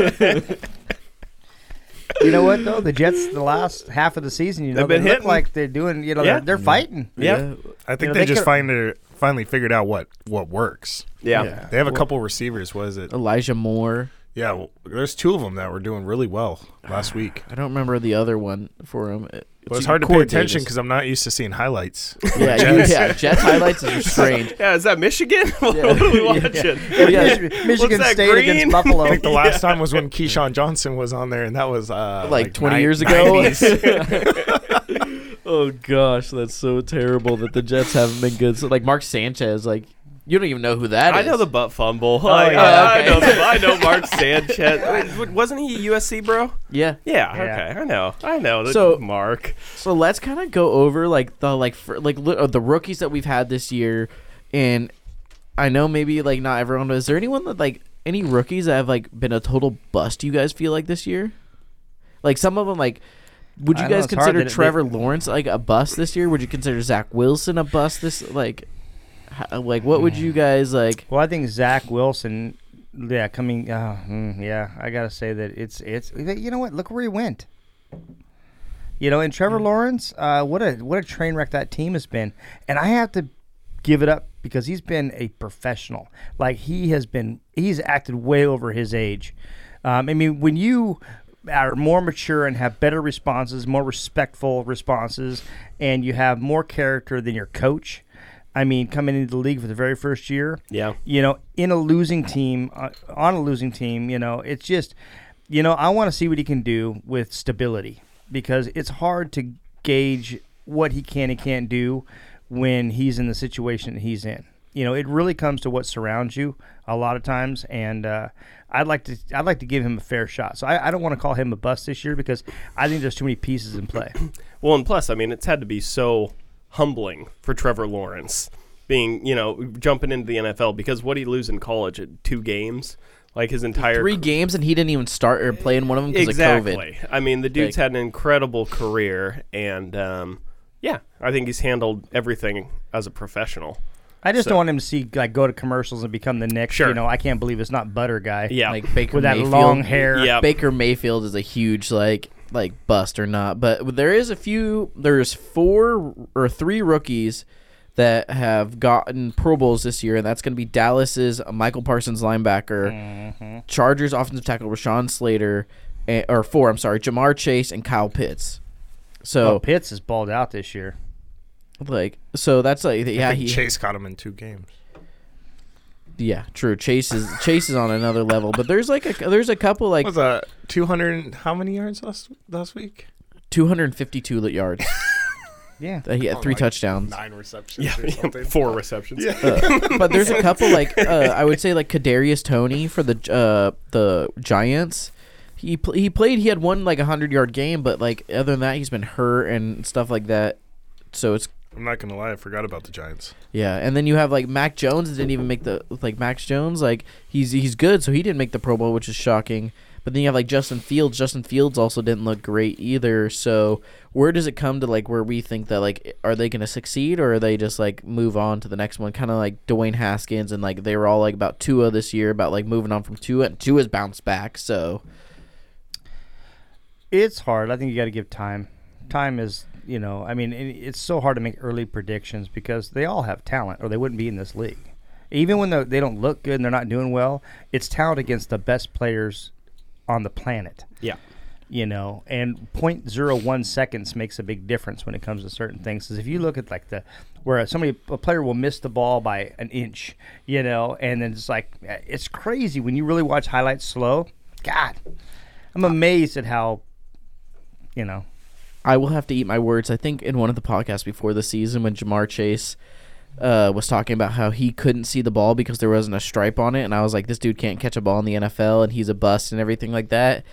S1: You know what though? The Jets, the last half of the season, you know,
S8: They've
S1: they
S8: been
S1: look
S8: hitting.
S1: like they're doing. You know,
S8: Yeah.
S1: they're, they're fighting.
S8: Yeah.
S2: I think
S1: know,
S2: they,
S1: they
S2: just
S1: could-
S2: find it, finally figured out what what works.
S8: Yeah.
S2: They have a couple receivers. Was it?
S5: Elijah Moore.
S2: Yeah, well, there's two of them that were doing really well last week.
S5: I don't remember the other one for him. It
S2: Well, it's hard to pay attention because I'm not used to seeing highlights.
S5: yeah, Jets. yeah, Jets highlights are strange.
S8: Yeah, is that Michigan? what are we watching?
S5: Yeah,
S1: Michi- Michigan
S8: that,
S1: State
S8: green?
S1: against
S2: I
S1: Buffalo.
S2: think the last time was when Keyshawn Johnson was on there, and that was uh,
S5: like, 20
S2: ni-
S5: years ago.
S2: 90s.
S5: oh gosh, that's so terrible that the Jets haven't been good. So like Mark Sanchez, like you don't even know who that is. Oh,
S8: I know the butt fumble. I,
S5: yeah.
S8: I
S5: Okay.
S8: know the, I know Mark Sanchez. Wait, w- wasn't he USC, bro?
S5: yeah.
S8: Yeah, Okay. I know. I know. that-
S5: So-
S8: Mark.
S5: So let's kind of go over like the like fir- like li- uh, the rookies that we've had this year, and I know maybe like not everyone. Is there anyone that like any rookies that have like been a total bust? You guys feel like this year, like some of them like. Would you
S1: I know,
S5: guys
S1: it's hard
S5: consider
S1: that it-
S5: Trevor Lawrence like a bust this year? Would you consider Zach Wilson a bust this like, how, like what would you
S1: Hmm.
S5: guys like?
S1: Well, I think Zach Wilson. Yeah, coming. Uh, mm, yeah, I gotta say that it's it's. You know what? Look where he went. You know, and Trevor Lawrence. Uh, what a what a train wreck that team has been. And I have to give it up because he's been a professional. Like he has been. He's acted way over his age. Um, I mean, when you are more mature and have better responses, more respectful responses, and you have more character than your coach. I mean, coming into the league for the very first year,
S8: Yeah.
S1: you know, in a losing team, uh, on a losing team, you know, it's just, you know, I want to see what he can do with stability because it's hard to gauge what he can and can't do when he's in the situation that he's in. You know, it really comes to what surrounds you a lot of times, and uh, I'd like to I'd like to give him a fair shot. So I, I don't want to call him a bust this year because I think there's too many pieces in play.
S8: Well, and plus, I mean, it's had to be so humbling for Trevor Lawrence being, you know, jumping into the NFL because what did he lose in college at two games? Like his entire
S5: Three games and he didn't even start or play in one of them because
S8: exactly.
S5: of COVID.
S8: I mean, the dude's
S5: Like-
S8: had an incredible career, and um, yeah, I think he's handled everything as a professional.
S1: I just don't want him to see like go to commercials and become the next.
S8: Sure.
S1: You know, I can't believe it's not Butter guy.
S8: Yeah,
S5: Like Baker
S1: with that
S5: Mayfield.
S1: long hair.
S8: Yeah.
S5: Baker Mayfield is a huge like like bust or not, but there is a few. There's four or three rookies that have gotten Pro Bowls this year, and that's going to be Dallas's Michael Parsons linebacker, Chargers offensive tackle Rashawn Slater, and, or four. I'm sorry, Jamar Chase and Kyle Pitts.
S1: Well,
S5: So
S1: Pitts is balled out this year.
S5: like so that's like yeah
S2: I think
S5: he
S2: Chase caught him in two games.
S5: yeah true Chase is Chase is on another level, but there's like a there's a couple like
S2: Was uh 200 and how many yards last last week?
S5: 252 yards.
S1: Yeah.
S5: Uh, he had three touchdowns.
S2: Nine receptions or
S8: Yeah,
S2: something.
S8: four receptions. Yeah.
S5: but there's a couple like uh, I would say like Kadarius Tony for the uh, the Giants. He pl- he played. He had one like a hundred yard game, but like other than that, he's been hurt and stuff like that. So it's
S2: I'm not gonna lie, I forgot about the Giants.
S5: yeah. And then you have like Mac Jones that didn't even make the like Max Jones like he's he's good, so he didn't make the Pro Bowl, which is shocking. But then you have like Justin Fields. Justin Fields also didn't look great either. So where does it come to like where we think that like are they going to succeed or are they just like move on to the next one? Kind of like Dwayne Haskins and like they were all like about Tua this year about like moving on from Tua and Tua's bounced back. So
S1: It's hard. I think you got to give time. Time is, you know, I mean, it, it's so hard to make early predictions because they all have talent or they wouldn't be in this league. Even when they're- they don't look good and they're not doing well, it's talent against the best players on the planet.
S8: yeah.
S1: you know, and 0.01 seconds makes a big difference when it comes to certain things. Because if you look at like the where somebody a player will miss the ball by an inch, you know, and then it's like it's crazy when you really watch highlights slow. God, I'm amazed at how, you know,
S5: I will have to eat my words. I think in one of the podcasts before the season when Jamar Chase uh, was talking about how he couldn't see the ball because there wasn't a stripe on it, and I was like, this dude can't catch a ball in the NFL, and he's a bust and everything like that.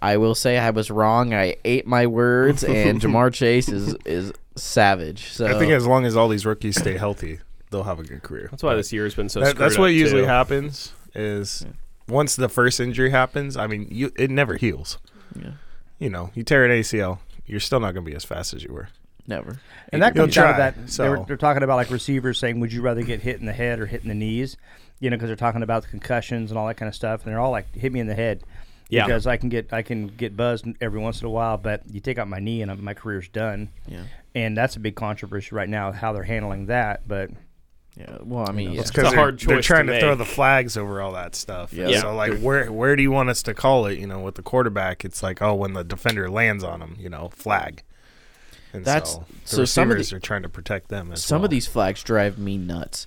S5: I will say I was wrong. I ate my words, and Jamar Chase is is savage. So
S2: I think as long as all these rookies stay healthy, they'll have a good career.
S8: That's why this year has been so.
S2: That-
S8: screwed
S2: that's what
S8: up,
S2: usually
S8: too.
S2: happens. Is once the first injury happens, I mean, you it never heals.
S5: Yeah.
S2: You know, you tear an ACL, you're still not going to be as fast as you were.
S5: Never.
S1: And that
S2: You'll
S1: comes out of
S2: try,
S1: that. They
S2: so-
S1: were, they're talking about like receivers saying, "Would you rather get hit in the head or hit in the knees?" You know, because they're talking about the concussions and all that kind of stuff, and they're all like, "Hit me in the head."
S8: Yeah.
S1: Because I can get I can get buzzed every once in a while, but you take out my knee and my career's done.
S5: Yeah.
S1: And that's a big controversy right now how they're handling that. But
S5: Yeah. Well, I mean, yeah.
S8: a
S2: they're-
S8: hard
S2: They're
S8: choice
S2: trying to,
S8: to
S2: throw
S8: make.
S2: the flags over all that stuff.
S5: Yeah.
S2: And
S8: Yeah.
S2: So like, where where do you want us to call it? You know, with the quarterback, it's like, oh, when the defender lands on him, you know, flag. And
S5: That's-
S2: so the
S5: so some of
S2: receivers
S5: the-
S2: are trying to protect them. As
S5: some
S2: well.
S5: of these flags drive me nuts.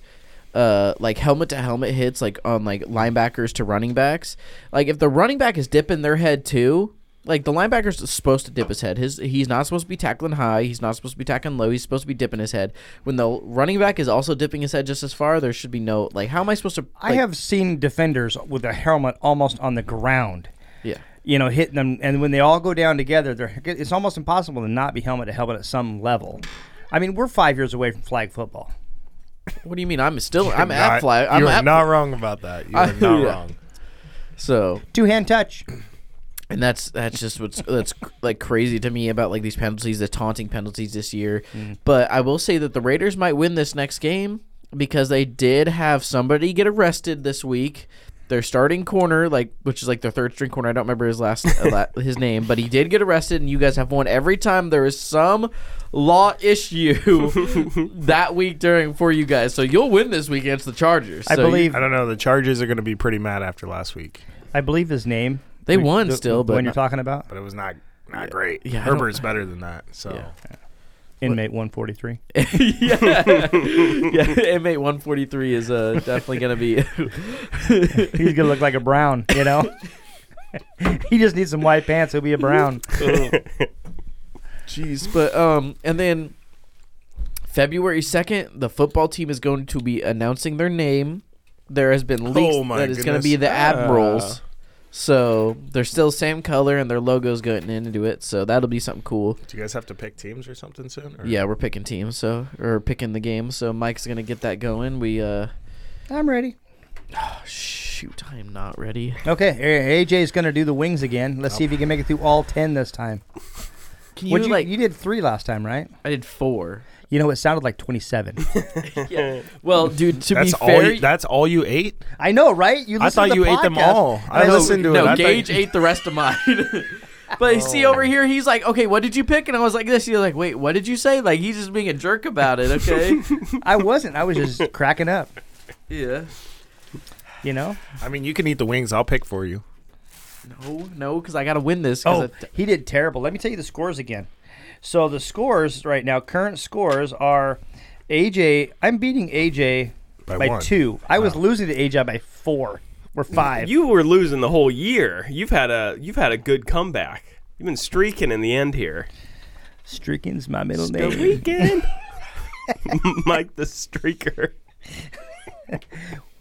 S5: Uh, like helmet to helmet hits, like on like linebackers to running backs. Like if the running back is dipping their head too, like the linebacker's supposed to dip his head. His he's not supposed to be tackling high. He's not supposed to be tackling low. He's supposed to be dipping his head. When the running back is also dipping his head just as far, there should be no like. How am I supposed to?
S1: I
S5: like-
S1: have seen defenders with a helmet almost on the ground.
S5: Yeah.
S1: You know, hitting them, and when they all go down together, they're, it's almost impossible to not be helmet to helmet at some level. I mean, we're five years away from flag football.
S5: What do you mean? I'm still. I'm
S2: You're
S5: at
S2: not-
S5: fly. I'm
S2: you are
S5: at
S2: not wrong about that. You
S5: I-
S2: are not
S5: yeah.
S2: wrong.
S5: so.
S1: Two hand touch.
S5: And that's that's just what's that's like crazy to me about like these penalties, the taunting penalties this year.
S1: Mm-hmm.
S5: But I will say that the Raiders might win this next game because they did have somebody get arrested this week. Their starting corner, like which is like their third string corner, I don't remember his last uh, la- his name, but he did get arrested. And you guys have won every time there is some law issue that week during for you guys. So you'll win this week against the Chargers.
S1: I
S5: So you-
S1: believe
S2: I don't know. The Chargers are going to be pretty mad after last week,
S1: I believe his name.
S5: They
S1: We-
S5: won
S1: the-
S5: still, but
S1: when you're
S5: not-
S1: talking about
S2: but it was not not great.
S5: Yeah, I don't-
S2: Herbert's better than that. So
S5: Yeah.
S1: inmate 143.
S5: yeah, yeah. Inmate one forty three is uh, definitely gonna be.
S1: He's gonna look like a brown, you know. he just needs some white pants. He'll be a brown.
S5: Jeez, but um, and then February second, the football team is going to be announcing their name. There has been leaks
S2: Oh my
S5: that it's going to be the
S2: goodness.
S5: Admirals. So they're still same color, and their logo's getting into it. So that'll be something cool.
S2: do you guys have to pick teams or something soon? Or?
S5: Yeah, we're picking teams, so or picking the game. So Mike's gonna get that going. We uh, oh,
S1: I'm ready.
S5: shoot, I am not ready.
S1: Okay, A- AJ's gonna do the wings again. Let's see if he can make it through all ten this time.
S5: Can you,
S1: Would you,
S5: like?
S1: you did three last time, right?
S5: I did four.
S1: You know, it sounded like 27.
S5: Well, dude, to
S2: That's
S5: be
S2: all.
S5: fair,
S2: you, that's all you ate.
S1: I know, right? You
S2: I
S1: listened
S2: thought
S1: to the
S2: you ate them
S1: podcast.
S2: all. I
S1: know-
S2: listened to
S5: no,
S2: it. I
S5: Gage
S2: thought- Oh.
S5: ate the rest of mine. but see over here, he's like, okay, what did you pick? And I was like this. He's like, wait, what did you say? Like he's just being a jerk about it. Okay,
S1: I wasn't. I was just cracking up.
S5: yeah.
S1: You know?
S2: I mean, you can eat the wings. I'll pick for you.
S5: No, no, because I gotta win this.
S1: Oh,
S5: 'cause I-
S1: he did terrible. Let me tell you the scores again. So the scores right now, current scores are AJ. I'm beating AJ
S2: By
S1: by,
S2: one.
S1: two. I was losing to AJ by four or five.
S8: You were losing the whole year. You've had a you've had a good comeback. You've been streaking in the end here.
S1: Streaking's my middle
S8: The
S1: name.
S8: weekend. Mike the streaker.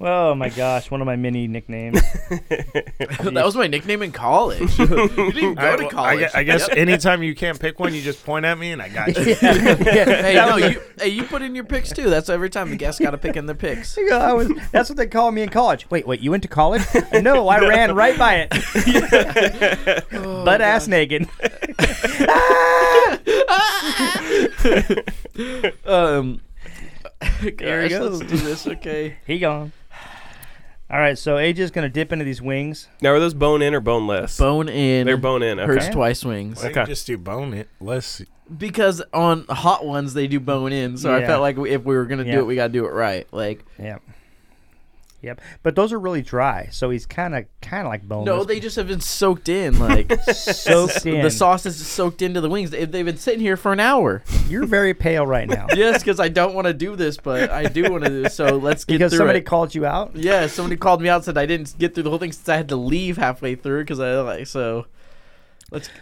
S1: Oh my gosh, one of my many nicknames.
S5: that was my nickname in college. you didn't go to
S2: Well,
S5: college.
S2: gue- I guess anytime you can't pick one, you just point at me and I got you.
S5: hey, no, you, hey, you put in your picks too. That's every time the guests gotta pick in their picks.
S1: Yeah, I was, that's what they called me in college. Wait, wait, you went to college? no, I ran right by it. Butt ass naked.
S5: Um,
S1: Here we
S5: gosh,
S1: go.
S5: Let's do this, okay?
S1: He gone. All right, so AJ's gonna dip into these wings.
S8: Now are those bone in or boneless?
S5: Bone in.
S8: They're bone in. Okay.
S5: Hurts twice wings.
S2: Why don't you
S8: Okay.
S2: Just do bone it. Let's.
S5: because on hot ones they do bone in so i
S1: Yeah.
S5: felt like we- if we were gonna
S1: Yeah.
S5: do it we gotta do it right like
S1: Yep. Yep. But those are really dry, so he's kind of kind of like boneless.
S5: no they just have been soaked in like
S1: soaked in.
S5: the sauce is soaked into the wings They- they've been sitting here for an hour
S1: You're very pale right now
S5: yes because i don't want to do this but i do want to do this so let's get
S1: because
S5: through
S1: somebody
S5: it
S1: called you out.
S5: yeah somebody called me out said i didn't get through the whole thing since i had to leave halfway through because i like so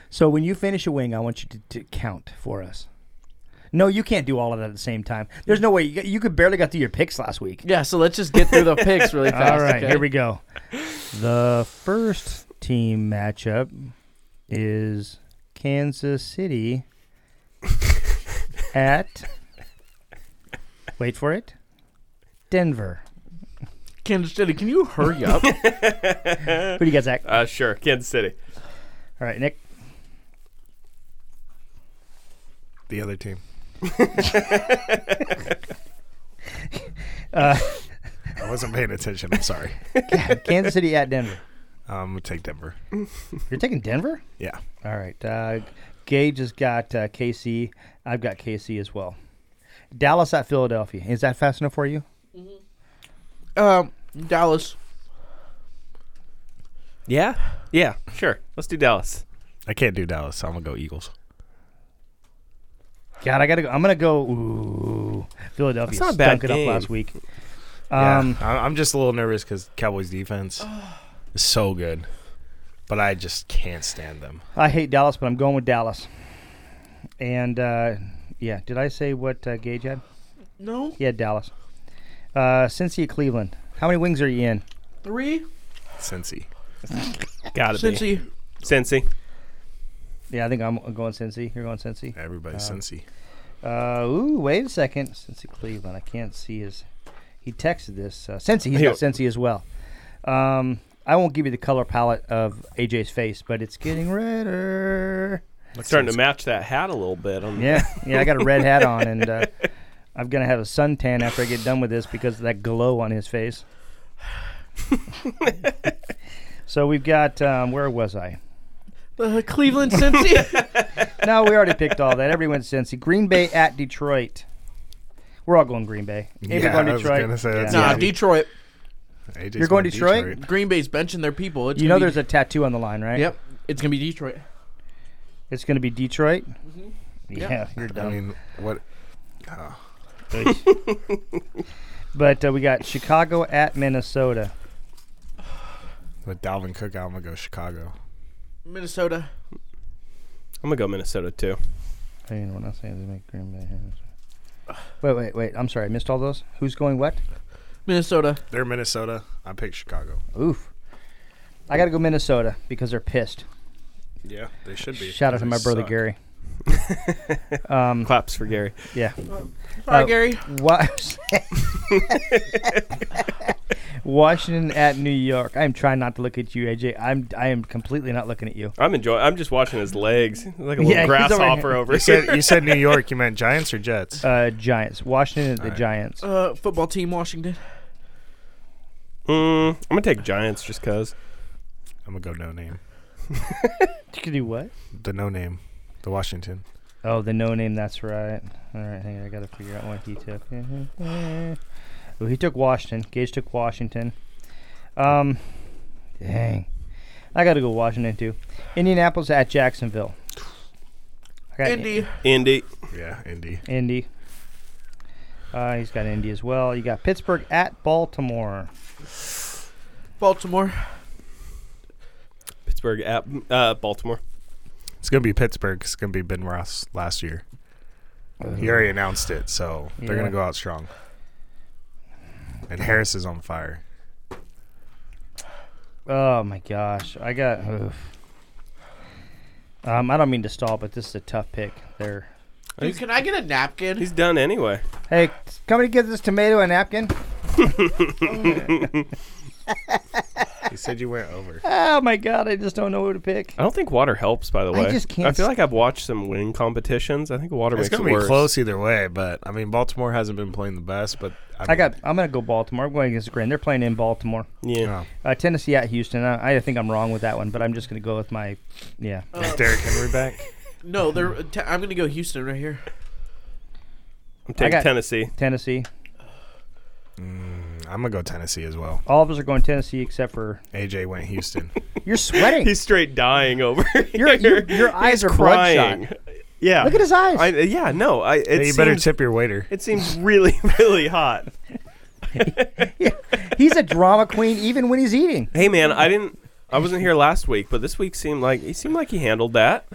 S1: So when you finish a wing, I want you to, to count for us. No, you can't do all of that at the same time. There's no way you, you could barely got through your picks last week.
S5: yeah so let's just get through the picks really fast
S1: All right,
S5: okay?
S1: here we go. The first team matchup is Kansas City at wait for it, Denver.
S5: Kansas City. Can you hurry up?
S1: Who do you got, Zach?
S8: Uh, sure, Kansas City.
S1: All right, Nick.
S2: The other team. I wasn't paying attention. I'm sorry.
S1: Kansas City at Denver.
S2: Um, we'll take Denver.
S1: You're taking Denver?
S2: Yeah.
S1: All right. Uh, Gage has got uh, KC. I've got KC as well. Dallas at Philadelphia. Is that fast enough for you?
S5: um, Dallas.
S8: Yeah, yeah, sure. Let's do Dallas.
S2: I can't do Dallas, so I'm gonna go Eagles.
S1: God, I gotta go. I'm gonna go. Ooh, Philadelphia
S8: That's not a bad
S1: stunk it
S8: game.
S1: up last week.
S2: Yeah.
S1: Um,
S2: I- I'm just a little nervous because Cowboys defense is so good, but I just can't stand them.
S1: I hate Dallas, but I'm going with Dallas. And uh, yeah, did I say what uh, Gage had?
S5: No,
S1: He had Dallas. Uh, Cincy at Cleveland. How many wings are you in?
S5: three.
S2: Cincy.
S8: Gotta be
S5: Cincy.
S8: Cincy.
S1: Yeah, I think I'm going Cincy. You're going Cincy.
S2: Everybody's Cincy.
S1: Uh, ooh, wait a second. Cincy Cleveland. I can't see his. He texted this. Uh, Cincy. He's
S8: Here.
S1: got Cincy as well. Um, I won't give you the color palette of AJ's face, but it's getting redder.
S8: Starting to match that hat a little bit. On
S1: Yeah, yeah. I got a red hat on, and uh, I'm gonna have a suntan after I get done with this because of that glow on his face. so we've got. Um, where was I?
S5: Uh, Cleveland, Cincy.
S1: No, we already picked all that. Everyone since Green Bay at Detroit. We're all going Green Bay. Avery
S2: Yeah,
S1: going
S2: I was
S1: Detroit.
S2: gonna say,
S1: Yeah.
S2: that's
S5: nah,
S2: Yeah.
S5: Detroit.
S2: AJ's
S1: You're going Detroit?
S5: Green Bay's benching their people. It's
S1: You
S5: gonna
S1: know,
S5: be-
S1: there's a tattoo on the line, right?
S5: Yep, it's gonna be Detroit.
S1: It's going to be Detroit. Yeah, you're
S2: I
S1: dumb.
S2: mean, what?
S1: but uh, we got Chicago at Minnesota.
S2: With Dalvin Cook, I'm gonna go Chicago.
S5: Minnesota.
S8: I'm gonna go Minnesota too.
S1: I mean, when I say they make Green Bay. Wait, wait, wait. I'm sorry. I missed all those. Who's going what?
S5: Minnesota.
S2: They're Minnesota. I pick Chicago.
S1: Oof. I got to go Minnesota because they're pissed.
S2: Yeah, they should be.
S1: Shout out to
S2: They
S1: my brother
S2: suck.
S1: Gary.
S8: Claps for Gary.
S1: Yeah.
S5: Sorry,
S1: Uh,
S5: Gary.
S1: Wa- Washington at New York. I'm trying not to look at you, AJ. I'm I am completely not looking at you.
S8: I'm enjoying. I'm just watching his legs, He's like a little
S1: Yeah, he's over
S8: grasshopper
S1: here.
S8: over, here.
S2: You said, you said New York. You meant Giants or Jets?
S1: Uh, Giants. Washington at the
S2: right.
S1: Giants.
S5: Uh, football team, Washington.
S8: Mm, I'm gonna take Giants just cause.
S2: I'm gonna go no name.
S1: You could do what?
S2: The no name. The Washington.
S1: Oh, the no name. That's right. All right, hang on. I gotta figure out what he took. Oh, he took Washington. Gage took Washington. Um, dang, I gotta go Washington too. Indianapolis at Jacksonville. I got
S5: Indy.
S8: Indy.
S2: Yeah, Indy.
S1: Indy. Uh, he's got Indy as well. You got Pittsburgh at Baltimore.
S5: Baltimore.
S8: Pittsburgh at uh, Baltimore.
S2: It's gonna be Pittsburgh. 'cause It's gonna be Ben Ross last year. He already announced it, so
S1: Mm.
S2: they're
S1: Yeah.
S2: gonna go out strong. And Harris is on fire.
S1: Oh my gosh, I got. oof. Um, I don't mean to stall, but this is a tough pick. There.
S5: Dude, can I get a napkin?
S8: He's done anyway.
S1: Hey, somebody get this tomato a napkin.
S2: He said you went over.
S1: Oh my god, I just don't know who to pick.
S8: I don't think water helps. By the way,
S1: just can't
S8: feel
S1: s-
S8: like I've watched some winning competitions. I think water
S2: It's
S8: makes
S2: gonna
S8: it
S2: be
S8: worse.
S2: close either way, but I mean, Baltimore hasn't been playing the best. But I,
S1: I
S2: mean,
S1: got. I'm gonna go Baltimore. I'm going against the grain. They're playing in Baltimore.
S8: Yeah.
S2: Oh.
S1: Uh, Tennessee at Houston. I, I think I'm wrong with that one, but I'm just gonna go with my. Yeah.
S2: Derrick Henry back.
S5: No, they're. T- I'm gonna go Houston right here.
S8: I'm taking
S1: got-
S8: Tennessee.
S1: Tennessee.
S2: I'm gonna go Tennessee as well.
S1: All of us are going Tennessee except for
S2: AJ went Houston.
S1: you're sweating.
S8: He's straight dying over.
S1: your, your,
S8: here.
S1: your eyes
S8: He's
S1: are
S8: crying.
S1: bloodshot.
S8: Yeah.
S1: Look at his eyes.
S8: I, yeah. No. I. It
S2: Hey, you better
S8: seems-
S2: tip your waiter.
S8: It seems really, really hot.
S1: He's a drama queen even when he's eating.
S8: Hey, man, I didn't. I wasn't here last week, but this week seemed like he seemed like he handled that.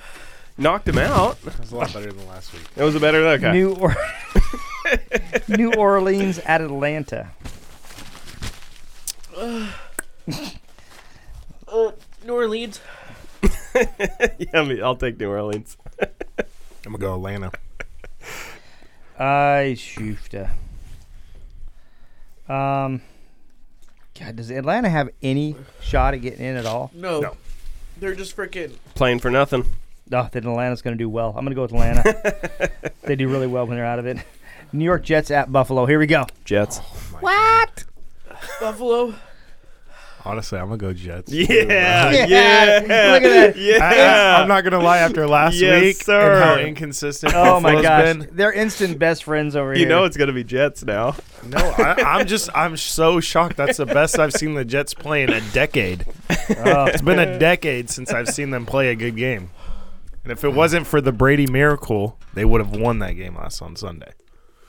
S8: Knocked him out.
S2: That's a lot better than last week.
S8: It was a better look.
S1: New or- New Orleans at Atlanta.
S5: Uh, New Orleans.
S8: yeah, I mean, I'll take New Orleans.
S2: I'm gonna go Atlanta.
S1: I shoofta. Um, God, does Atlanta have any shot at getting in at all?
S5: No.
S2: No.
S5: They're just freaking.
S8: Playing for nothing.
S1: Oh, then Atlanta's going to do well. I'm going to go with Atlanta. they do really well when they're out of it. New York Jets at Buffalo. Here we go.
S8: Jets.
S5: Buffalo.
S2: Honestly, I'm gonna go Jets.
S8: Yeah.
S1: Yeah,
S8: Yeah.
S1: look at that.
S2: I, am
S8: Yeah.
S2: not gonna lie. After last
S8: Yes,
S2: week
S8: sir.
S2: and how inconsistent.
S1: Oh my
S2: Buffalo's
S1: gosh,
S2: been.
S1: they're instant best friends over
S8: You
S1: here.
S8: know it's gonna be Jets now.
S2: No, I, I'm just I'm so shocked. That's the best I've seen the Jets play in a decade.
S1: Oh.
S2: It's been a decade since I've seen them play a good game. And if it wasn't for the Brady miracle, they would have won that game last on Sunday.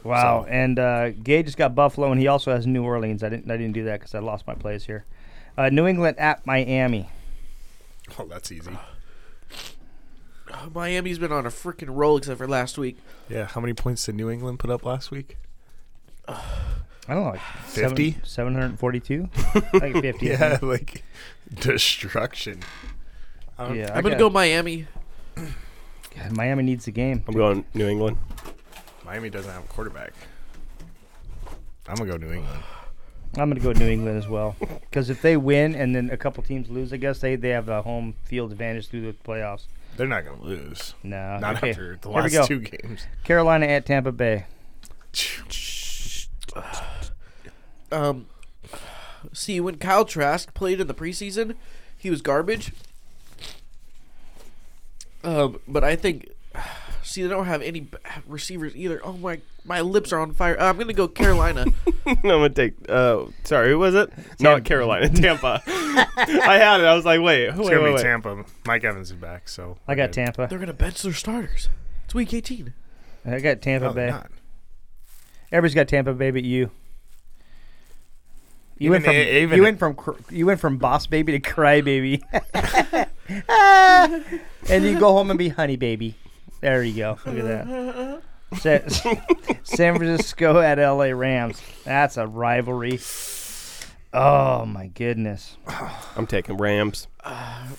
S1: Wow,
S2: So-
S1: and uh, Gage has got Buffalo, and he also has New Orleans. I didn't, I didn't do that because I lost my plays here. Uh, New England at Miami.
S2: Oh, that's easy.
S5: Miami's been on a freaking roll except for last week.
S2: Yeah, how many points did New England put up last week?
S1: I don't know, like
S2: 50?
S1: seven hundred forty-two, like fifty.
S2: Yeah, like destruction. Um,
S1: yeah. I
S5: I'm going to go
S1: got-
S5: Miami.
S1: God, Miami needs the game.
S8: I'm going New England.
S2: Miami doesn't have a quarterback. I'm gonna go New England.
S1: I'm going to go New England as well because if they win and then a couple teams lose, I guess they, they have a home field advantage through the playoffs.
S2: They're not gonna lose.
S1: No,
S2: Not
S1: okay.
S2: after the
S1: Uh, Here we go.
S2: last two games.
S1: Carolina at Tampa Bay.
S5: Um, see, when Kyle Trask played in the preseason, he was garbage. Um, but I think, see, they don't have any b- receivers either. Oh my, my lips are on fire. Uh, I'm gonna go Carolina.
S8: I'm gonna take. Uh, sorry, who was it? Not Carolina, Tampa. I had it. I was like, wait, wait,
S2: It's gonna
S8: wait,
S2: be
S8: wait.
S2: Tampa. Mike Evans is back, so
S1: I got Tampa.
S5: They're gonna bench their starters. It's week 18.
S1: I got Tampa
S2: No, they're
S1: Bay.
S2: not.
S1: Everybody's got Tampa Bay, but you. You went
S2: Even
S1: from
S2: i- even
S1: you
S2: i-
S1: went from cr- you went from boss baby to cry baby, and you go home and be honey baby. There you go. Look at that. Sa- San Francisco at L.A. Rams. That's a rivalry. Oh my goodness.
S8: I'm taking Rams.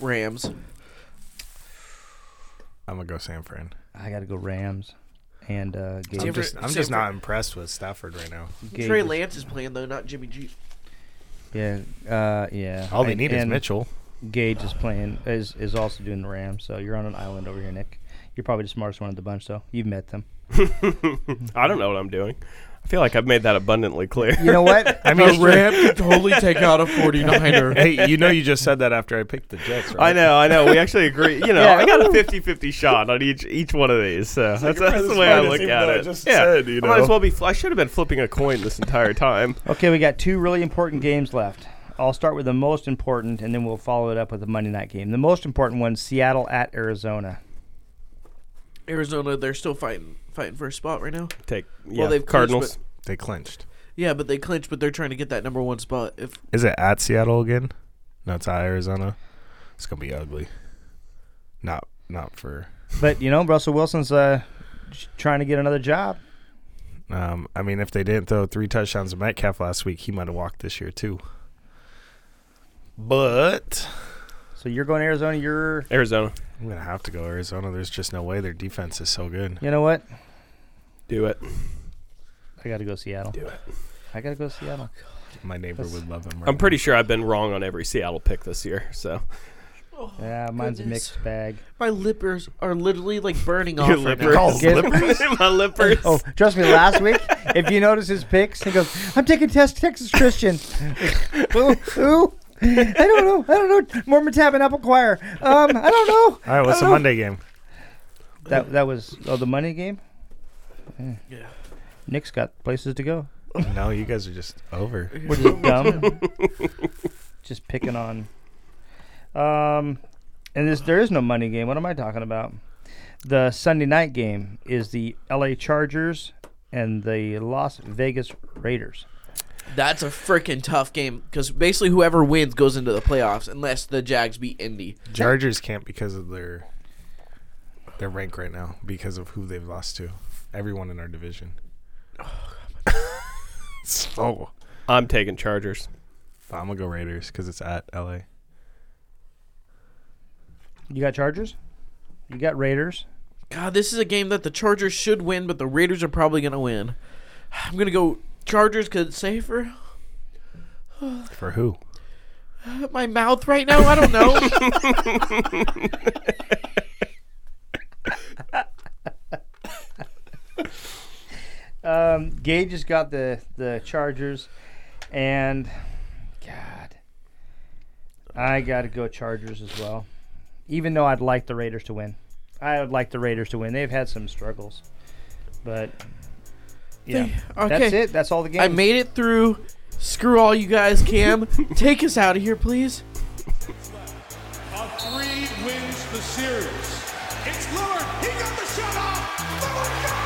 S5: Rams.
S2: I'm gonna go San Fran.
S1: I got to go Rams, and uh, Gage,
S5: San
S2: I'm
S5: Fran-
S2: just, I'm
S5: San
S2: just
S5: Fran-
S2: not impressed with Stafford right now.
S1: Gage
S5: Trey
S1: is-
S5: Lance is playing though, not Jimmy G.
S1: Yeah, uh, yeah.
S2: All they
S1: And-
S2: need is
S1: and-
S2: Mitchell.
S1: Gage is playing is is also doing the Rams, so you're on an island over here, Nick. You're probably the smartest one of the bunch, though. You've met them.
S8: I don't know what I'm doing. I feel like I've made that abundantly clear.
S1: You know what?
S2: I mean,
S5: could totally take out a 49er.
S2: hey, you know you just said that after I picked the Jets, right?
S8: I know, I know. We actually agree. You know,
S1: Yeah.
S8: I got a 50-50 shot on each each one of these. So that's, that's the way I
S2: fine,
S8: look
S2: even
S8: at
S2: though I
S8: it.
S2: just
S8: yeah,
S2: said, you
S8: I might
S2: know.
S8: as well be. Fl- I should have been flipping a coin this entire time.
S1: okay, we got two really important games left. I'll start with the most important, and then we'll follow it up with the Monday night game. The most important one: Seattle at Arizona.
S5: Arizona, they're still fighting fighting for a spot right now.
S8: Take yeah,
S5: Well, they've clinched,
S8: Cardinals.
S2: They clinched.
S5: Yeah, but they clinched, but they're trying to get that number one spot. If
S2: Is it at Seattle again? No, it's at Arizona. It's gonna be ugly. Not not for.
S1: But you know, Russell Wilson's uh, sh- trying to get another job.
S2: Um, I mean, if they didn't throw three touchdowns to Metcalf last week, he might have walked this year too. But
S1: So you're going to Arizona. You're,
S8: Arizona,
S2: I'm gonna have to go Arizona. There's just no way their defense is so good.
S1: you know what?
S8: do it.
S1: I got to go Seattle.
S8: Do it.
S1: I got to go Seattle.
S2: My neighbor would love him. Right
S8: I'm pretty sure I've been wrong on every Seattle pick this year. So
S1: Yeah, mine's a
S5: Goodness.
S1: mixed bag.
S5: My lippers are literally like burning off.
S8: Your
S5: right
S8: lippers. Oh,
S5: now.
S2: Calls lippers?
S8: my lippers.
S1: Oh, trust me. Last week, if you notice his picks, he goes, "I'm taking test Texas Christian." who? Who? I don't know. I don't know. Mormon Tab and Apple Choir. Um, I don't know.
S2: All right, what's the Monday game?
S1: That that was oh the money game. Eh.
S5: Yeah.
S1: Nick's got places to go.
S2: no, you guys are just over.
S1: We're just dumb. just picking on. Um, and this there is no money game. What am I talking about? The Sunday night game is the L.A. Chargers and the Las Vegas Raiders.
S5: That's a freaking tough game because basically whoever wins goes into the playoffs unless the Jags beat Indy.
S2: Chargers can't because of their their rank right now because of who they've lost to. Everyone in our division. so
S8: I'm taking Chargers.
S2: but I'm gonna go Raiders because it's at LA.
S1: You got Chargers. You got Raiders.
S5: God, this is a game that the Chargers should win, but the Raiders are probably gonna win. I'm gonna go Chargers because it's safer.
S2: For who?
S5: my mouth right now. I don't know.
S1: Um, Gage has got the the Chargers, and God, I got to go Chargers as well. Even though I'd like the Raiders to win, I would like the Raiders to win. They've had some struggles, but yeah,
S5: okay.
S1: that's it. That's all the game.
S5: I made it through. Screw all you guys, Cam. Take us out of here, please.
S9: A three wins the series. It's Lillard. He got the shot off. Lillard got it.